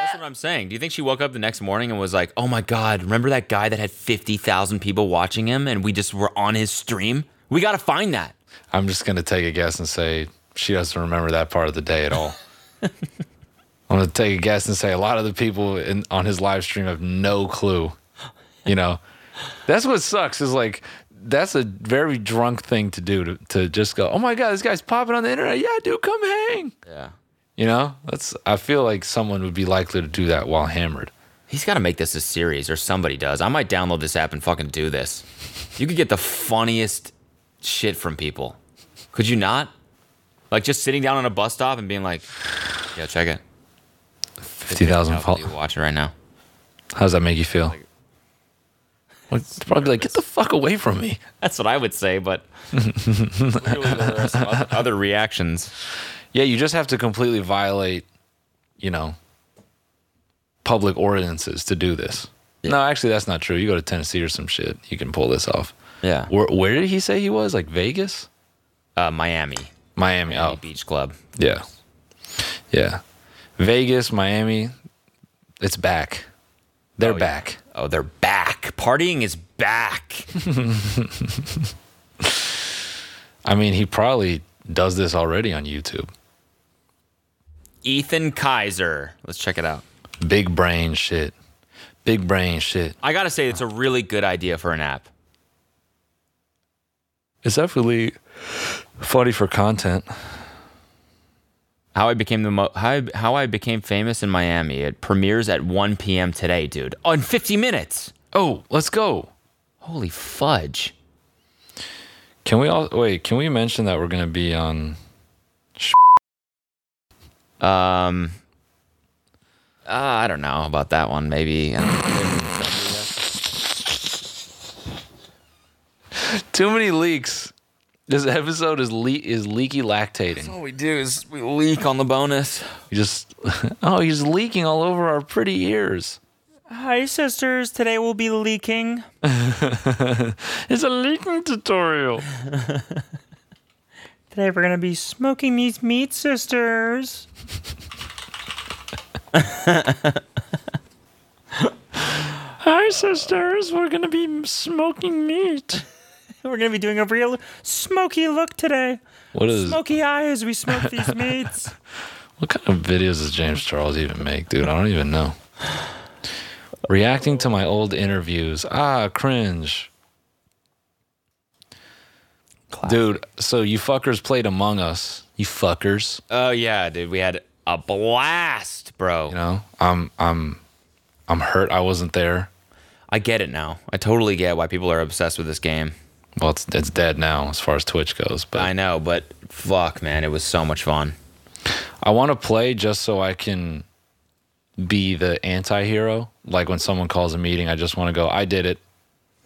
Speaker 2: That's what I'm saying. Do you think she woke up the next morning and was like, "Oh my god, remember that guy that had 50,000 people watching him and we just were on his stream? We got to find that."
Speaker 1: I'm just going to take a guess and say she doesn't remember that part of the day at all. I'm going to take a guess and say a lot of the people in, on his live stream have no clue. You know, that's what sucks is like, that's a very drunk thing to do to, to just go, oh my God, this guy's popping on the internet. Yeah, dude, come hang.
Speaker 2: Yeah.
Speaker 1: You know, that's, I feel like someone would be likely to do that while hammered.
Speaker 2: He's got to make this a series, or somebody does. I might download this app and fucking do this. You could get the funniest shit from people. Could you not? Like just sitting down on a bus stop and being like, "Yo, check it.
Speaker 1: 50,000
Speaker 2: I'll
Speaker 1: followers.
Speaker 2: you watch it right now."
Speaker 1: How does that make you feel? Well, it's probably like, get the fuck away from me.
Speaker 2: That's what I would say, but clearly there are some oth- other reactions.
Speaker 1: Yeah, you just have to completely violate, you know, public ordinances to do this. No, actually, that's not true. You go to Tennessee or some shit, you can pull this off.
Speaker 2: Yeah.
Speaker 1: Where, where did he say he was? Like Vegas?
Speaker 2: Uh, Miami,
Speaker 1: Miami.
Speaker 2: Miami
Speaker 1: Oh,
Speaker 2: Beach Club.
Speaker 1: yeah. Yeah. Vegas, Miami, it's back. They're back.
Speaker 2: Oh, they're back. Partying is back.
Speaker 1: I mean, he probably does this already on YouTube.
Speaker 2: Ethan Kaiser. Let's check it out.
Speaker 1: Big brain shit. Big brain shit.
Speaker 2: I gotta say, it's a really good idea for an app.
Speaker 1: It's definitely funny for content.
Speaker 2: How I became the mo- how I, how I became famous in Miami. It premieres at 1 p.m. today, dude. Oh, in 50 minutes.
Speaker 1: Oh, let's go.
Speaker 2: Holy fudge.
Speaker 1: Can we all wait? Can we mention that we're gonna be on?
Speaker 2: Um, uh, I don't know about that one. Maybe I don't know.
Speaker 1: Too many leaks. This episode is le- is leaky lactating.
Speaker 2: all we do is we leak on the bonus.
Speaker 1: You just [LAUGHS] oh, he's leaking all over our pretty ears.
Speaker 6: Hi, sisters. Today we'll be leaking.
Speaker 1: It's a leaking tutorial.
Speaker 6: Today we're gonna be smoking these meat sisters. [LAUGHS]
Speaker 1: Hi, sisters. We're gonna be smoking meat.
Speaker 6: We're gonna be doing a real smoky look today.
Speaker 1: What is?
Speaker 6: Smoky eye as we smoke these meats.
Speaker 1: What kind of videos does James Charles even make, dude? I don't even know. Reacting to my old interviews. Ah, cringe. Dude, so you fuckers played Among Us. You fuckers.
Speaker 2: Oh yeah, dude. We had a blast, bro.
Speaker 1: You know, I'm I'm I'm hurt I wasn't there.
Speaker 2: I get it now. I totally get why people are obsessed with this game.
Speaker 1: Well, it's it's dead now as far as Twitch goes, but
Speaker 2: I know, but fuck, man, it was so much fun.
Speaker 1: I want to play just so I can be the anti-hero. Like when someone calls a meeting, I just want to go, I did it.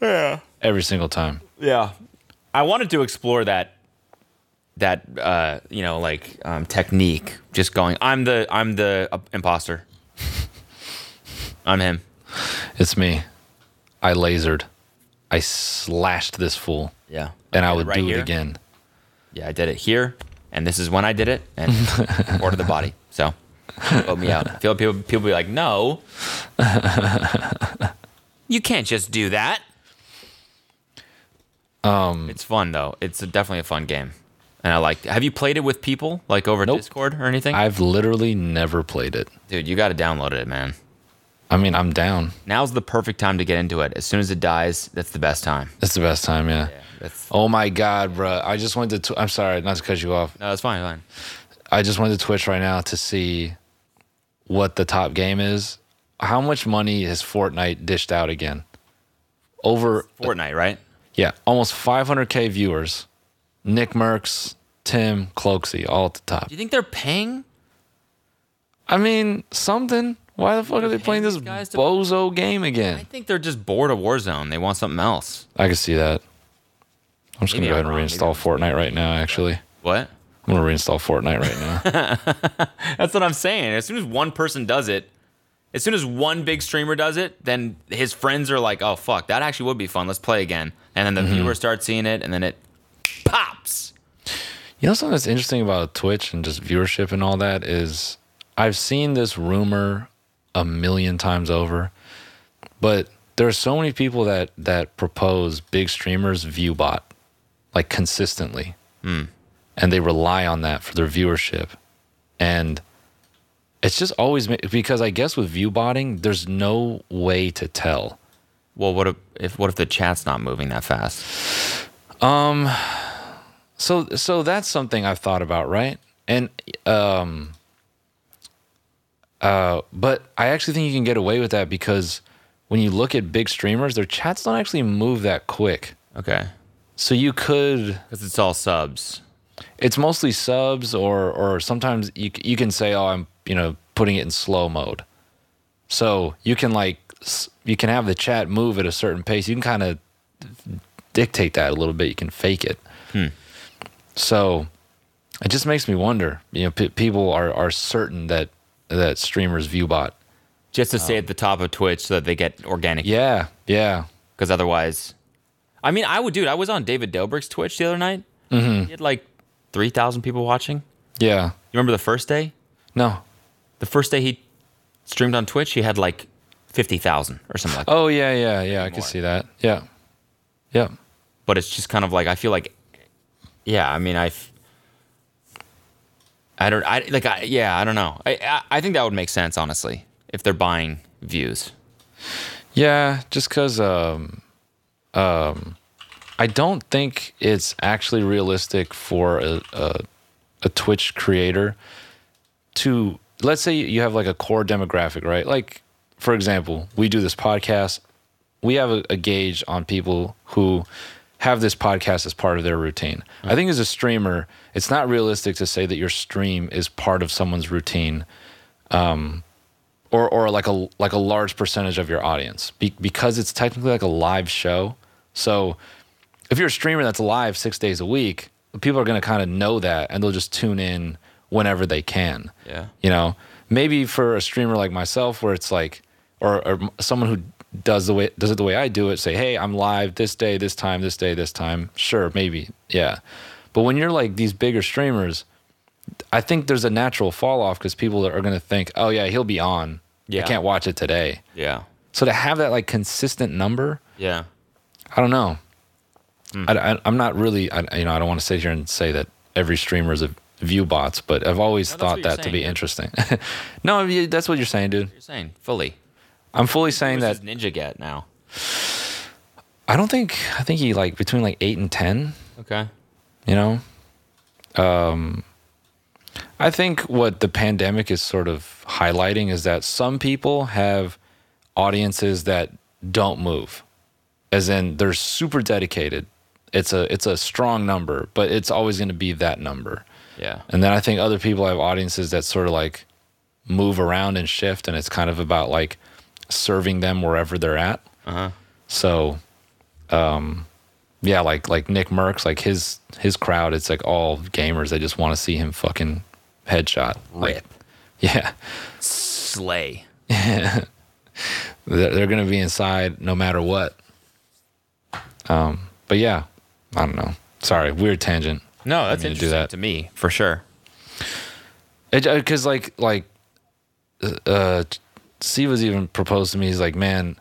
Speaker 1: Yeah. Every single time.
Speaker 2: Yeah, I wanted to explore that that uh, you know like um, technique. Just going, I'm the I'm the uh, imposter. [LAUGHS] I'm him.
Speaker 1: It's me. I lasered. I slashed this fool.
Speaker 2: Yeah,
Speaker 1: And I
Speaker 2: did
Speaker 1: would
Speaker 2: right
Speaker 1: do
Speaker 2: here.
Speaker 1: it again.
Speaker 2: Yeah, I did it here, and this is when I did it, [LAUGHS] and order the body. So. Help me out. I feel people people be like, no, [LAUGHS] you can't just do that. Um, it's fun though. It's a, definitely a fun game, and I like. Have you played it with people like over
Speaker 1: Nope.
Speaker 2: Discord or anything?
Speaker 1: I've literally never played it.
Speaker 2: Dude, you got to download it, man.
Speaker 1: I mean, I'm down.
Speaker 2: Now's the perfect time to get into it. As soon as it dies, that's the best time.
Speaker 1: That's the best time, yeah.
Speaker 2: That's
Speaker 1: Oh my God, bruh. I just went to, tw- I'm sorry, not to cut you off.
Speaker 2: no, that's fine, fine.
Speaker 1: I just went to Twitch right now to see what the top game is. How much money has Fortnite dished out again? Over,
Speaker 2: Fortnite, right?
Speaker 1: yeah, almost 500K viewers. Nick Merckx, Tim, Cloaksy, all at the top.
Speaker 2: Do you think they're paying?
Speaker 1: I mean, something. Why the fuck are they playing this
Speaker 2: these guys to-
Speaker 1: bozo game
Speaker 2: I
Speaker 1: again?
Speaker 2: think they're just bored of Warzone. They want something else.
Speaker 1: I can see that. I'm just gonna
Speaker 2: Maybe
Speaker 1: go
Speaker 2: I'm
Speaker 1: ahead and
Speaker 2: wrong. Maybe
Speaker 1: reinstall Fortnite right now. Actually,
Speaker 2: What?
Speaker 1: I'm gonna reinstall Fortnite right now.
Speaker 2: That's what I'm saying. As soon as one person does it, as soon as one big streamer does it, then his friends are like, "Oh fuck, that actually would be fun. Let's play again." And then the viewers start seeing it, and then it pops.
Speaker 1: you know something that's interesting about Twitch and just viewership and all that is I've seen this rumor a million times over, but there are so many people that that propose big streamers view bot like consistently, and they rely on that for their viewership, and it's just always ma- because I guess with view botting, there's no way to tell.
Speaker 2: Well, what if, if what if the chat's not moving that fast?
Speaker 1: So so that's something I've thought about, right? And um uh but I actually think you can get away with that because when you look at big streamers, their chats don't actually move that quick.
Speaker 2: Okay,
Speaker 1: So you could
Speaker 2: because it's all subs.
Speaker 1: it's mostly subs or or sometimes you you can say oh I'm, you know, putting it in slow mode. So you can like s- you can have the chat move at a certain pace. You can kind of dictate that a little bit. You can fake it. So it just makes me wonder. You know, pe people are are certain that that streamers view bot.
Speaker 2: Just to stay at the top of Twitch so that they get organic.
Speaker 1: Yeah, yeah.
Speaker 2: Because otherwise, I mean, I would, dude. I was on David Dobrik's Twitch the other night. Mm-hmm. He had like three thousand people watching. You
Speaker 1: Yeah.
Speaker 2: remember the first day?
Speaker 1: No.
Speaker 2: the first day he streamed on Twitch, he had like fifty thousand or something like that.
Speaker 1: Oh yeah, yeah, yeah. I can see that. Yeah. Yeah.
Speaker 2: But it's just kind of like I feel like, yeah. I mean, I, f- I don't, I like, I, yeah, I don't know. I, I, I think that would make sense honestly if they're buying views.
Speaker 1: Yeah, just cuz um um I don't think it's actually realistic for a, a a Twitch creator to let's say you have like a core demographic, right? Like for example, we do this podcast. We have a, a gauge on people who have this podcast as part of their routine. I think as a streamer, it's not realistic to say that your stream is part of someone's routine or or like a like a large percentage of your audience be, because it's technically like a live show. So if you're a streamer that's live six days a week, people are going to kind of know that and they'll just tune in whenever they can.
Speaker 2: Yeah.
Speaker 1: You know, maybe for a streamer like myself, where it's like, or, or m- someone who does the way does it the way I do it, say, hey, I'm live this day, this time, this day, this time. Sure, maybe, yeah. But when you're like these bigger streamers, I think there's a natural fall off because people are going to think, oh yeah, he'll be on.
Speaker 2: Yeah.
Speaker 1: I can't watch it today.
Speaker 2: Yeah,
Speaker 1: So to have that like consistent number,
Speaker 2: yeah.
Speaker 1: I don't know.
Speaker 2: Hmm.
Speaker 1: I, am not really, I, you know, I don't want to sit here and say that every streamer is a view bots, but I've always
Speaker 2: that's
Speaker 1: thought
Speaker 2: what you're
Speaker 1: that to
Speaker 2: saying,
Speaker 1: be
Speaker 2: dude.
Speaker 1: interesting. [LAUGHS] no, I mean, that's what you're saying, dude.
Speaker 2: You're saying fully.
Speaker 1: I'm fully saying
Speaker 2: Who's
Speaker 1: that.
Speaker 2: that Ninja get now?
Speaker 1: I don't think, I think he like between like eight and 10,
Speaker 2: Okay.
Speaker 1: you know? Um, I think what the pandemic is sort of highlighting is that some people have audiences that don't move. As in they're super dedicated. It's a it's a strong number, but it's always going to be that number.
Speaker 2: Yeah.
Speaker 1: And then I think other people have audiences that sort of like move around and shift, and it's kind of about like serving them wherever they're at. So, um, yeah, like like Nick Merckx, like his his crowd, it's like all gamers. They just want to see him fucking headshot. Like,
Speaker 2: Rip.
Speaker 1: yeah,
Speaker 2: Slay.
Speaker 1: they're, they're gonna be inside no matter what. Um, but yeah, I don't know. Sorry, weird tangent.
Speaker 2: No, that's
Speaker 1: mean, to do
Speaker 2: interesting
Speaker 1: that.
Speaker 2: to me for sure.
Speaker 1: It because like like uh Siva's even proposed to me. He's like, man,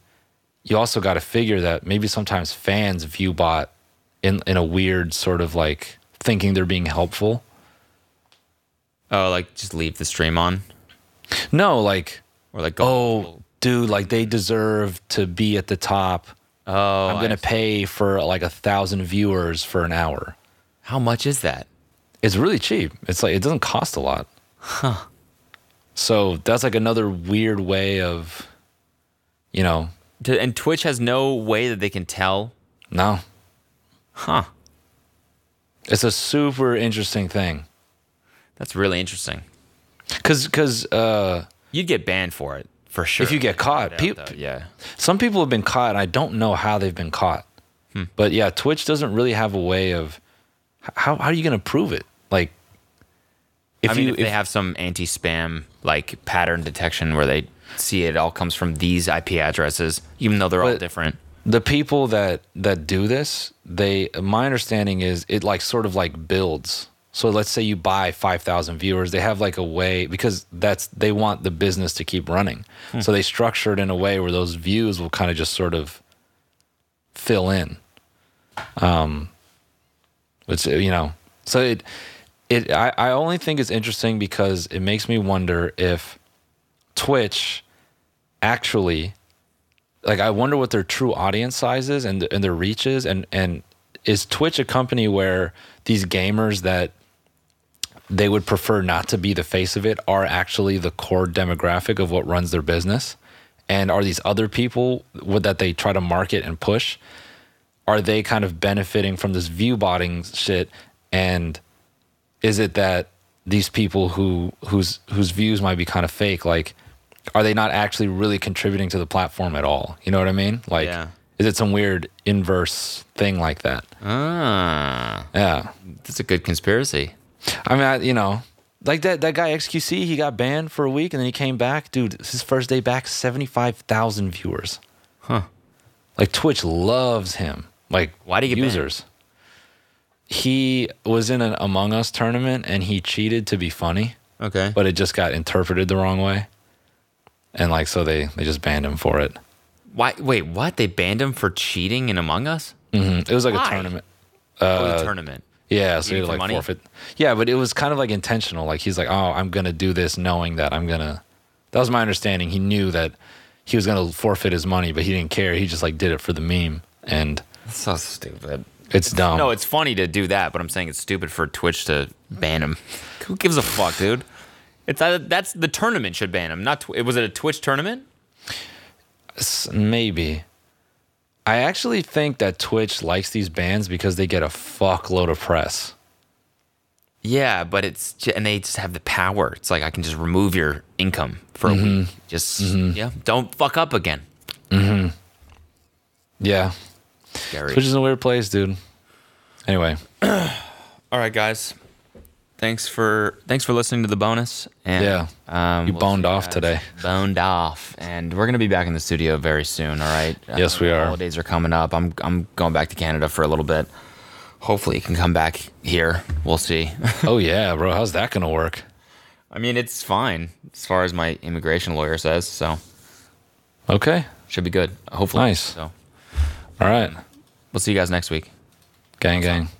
Speaker 1: you also got to figure that maybe sometimes fans view bot in in a weird sort of like thinking they're being helpful.
Speaker 2: Oh, like just leave the stream on
Speaker 1: No, like
Speaker 2: or like
Speaker 1: oh, dude, like they deserve to be at the top.
Speaker 2: oh,
Speaker 1: I'm
Speaker 2: I-
Speaker 1: gonna pay for like a thousand viewers for an hour.
Speaker 2: how much is that?
Speaker 1: It's really cheap. It's like it doesn't cost a lot. So that's like another weird way of, you know,
Speaker 2: To, and Twitch has no way that they can tell.
Speaker 1: no.
Speaker 2: Huh.
Speaker 1: It's a super interesting thing.
Speaker 2: That's really interesting.
Speaker 1: Cause, cause uh,
Speaker 2: You'd get banned for it for sure.
Speaker 1: If you get caught,
Speaker 2: Find out,
Speaker 1: peop-
Speaker 2: though. yeah.
Speaker 1: some people have been caught, and I don't know how they've been caught.
Speaker 2: Hmm.
Speaker 1: But yeah, Twitch doesn't really have a way of h- how how are you going to prove it? Like, if
Speaker 2: I mean,
Speaker 1: you
Speaker 2: if they have some anti-spam like pattern detection where they see it all comes from these IP addresses, even though they're all
Speaker 1: But-
Speaker 2: different.
Speaker 1: the people that that do this they my understanding is it like sort of like builds so let's say you buy 5000 viewers they have like a way because that's they want the business to keep running so they structure it in a way where those views will kind of just sort of fill in um which you know so it it I, I only think it's interesting because it makes me wonder if twitch actually like I wonder what their true audience size is and and their reach is and and is Twitch a company where these gamers that they would prefer not to be the face of it are actually the core demographic of what runs their business and are these other people would that they try to market and push are they kind of benefiting from this view botting shit and is it that these people who whose whose views might be kind of fake like are they not actually really contributing to the platform at all you know what i mean like
Speaker 2: Yeah. Uh-huh.
Speaker 1: is it some weird inverse thing like that
Speaker 2: Ah,
Speaker 1: yeah
Speaker 2: that's a good conspiracy.
Speaker 1: i mean I, you know like that that guy xqc he got banned for a week and then he came back dude his first day back 75000 viewers
Speaker 2: Huh.
Speaker 1: like twitch loves him like
Speaker 2: Why'd he get banned?
Speaker 1: users he was in an among us tournament and he cheated to be funny
Speaker 2: Okay.
Speaker 1: but it just got interpreted the wrong way. And like so they they just banned him for it.
Speaker 2: Why? Wait, what? They banned him for cheating in Among Us?
Speaker 1: It was like
Speaker 2: Why?
Speaker 1: a tournament.
Speaker 2: oh, the tournament.
Speaker 1: Yeah, so
Speaker 2: Cheating
Speaker 1: he
Speaker 2: for
Speaker 1: like
Speaker 2: money?
Speaker 1: forfeit. Yeah, but it was kind of like intentional. Like he's like, "Oh, I'm going to do this knowing that I'm going to That was my understanding. He knew that he was going to forfeit his money, but he didn't care. He just like did it for the meme and
Speaker 2: That's so stupid.
Speaker 1: it's dumb.
Speaker 2: No, it's funny to do that, but I'm saying it's stupid for Twitch to ban him. Who gives a fuck, dude? It's uh, that's the tournament should ban him. Not tw- was it a Twitch tournament?
Speaker 1: S- maybe. I actually think that Twitch likes these bans because they get a fuckload of press.
Speaker 2: Yeah, but it's ju- and they just have the power. It's like I can just remove your income for a
Speaker 1: Mm-hmm.
Speaker 2: week. Just yeah, don't fuck up again.
Speaker 1: Yeah.
Speaker 2: Scary.
Speaker 1: Twitch is a weird place, dude. Anyway,
Speaker 2: All right, guys. Thanks for thanks for listening to the bonus. And,
Speaker 1: Yeah.
Speaker 2: um,
Speaker 1: You
Speaker 2: we'll
Speaker 1: boned
Speaker 2: see
Speaker 1: off
Speaker 2: guys.
Speaker 1: today.
Speaker 2: Boned off, and we're gonna be back in the studio very soon. All right. Uh,
Speaker 1: Yes, we are.
Speaker 2: Holidays are coming up. I'm I'm going back to Canada for a little bit. Hopefully, you can come back here. We'll see. [LAUGHS]
Speaker 1: oh yeah, bro. How's that gonna work?
Speaker 2: I mean, it's fine as far as my immigration lawyer says. So
Speaker 1: Okay.
Speaker 2: should be good. Hopefully.
Speaker 1: Nice.
Speaker 2: So
Speaker 1: All right.
Speaker 2: we'll see you guys next week.
Speaker 1: Gang, gang.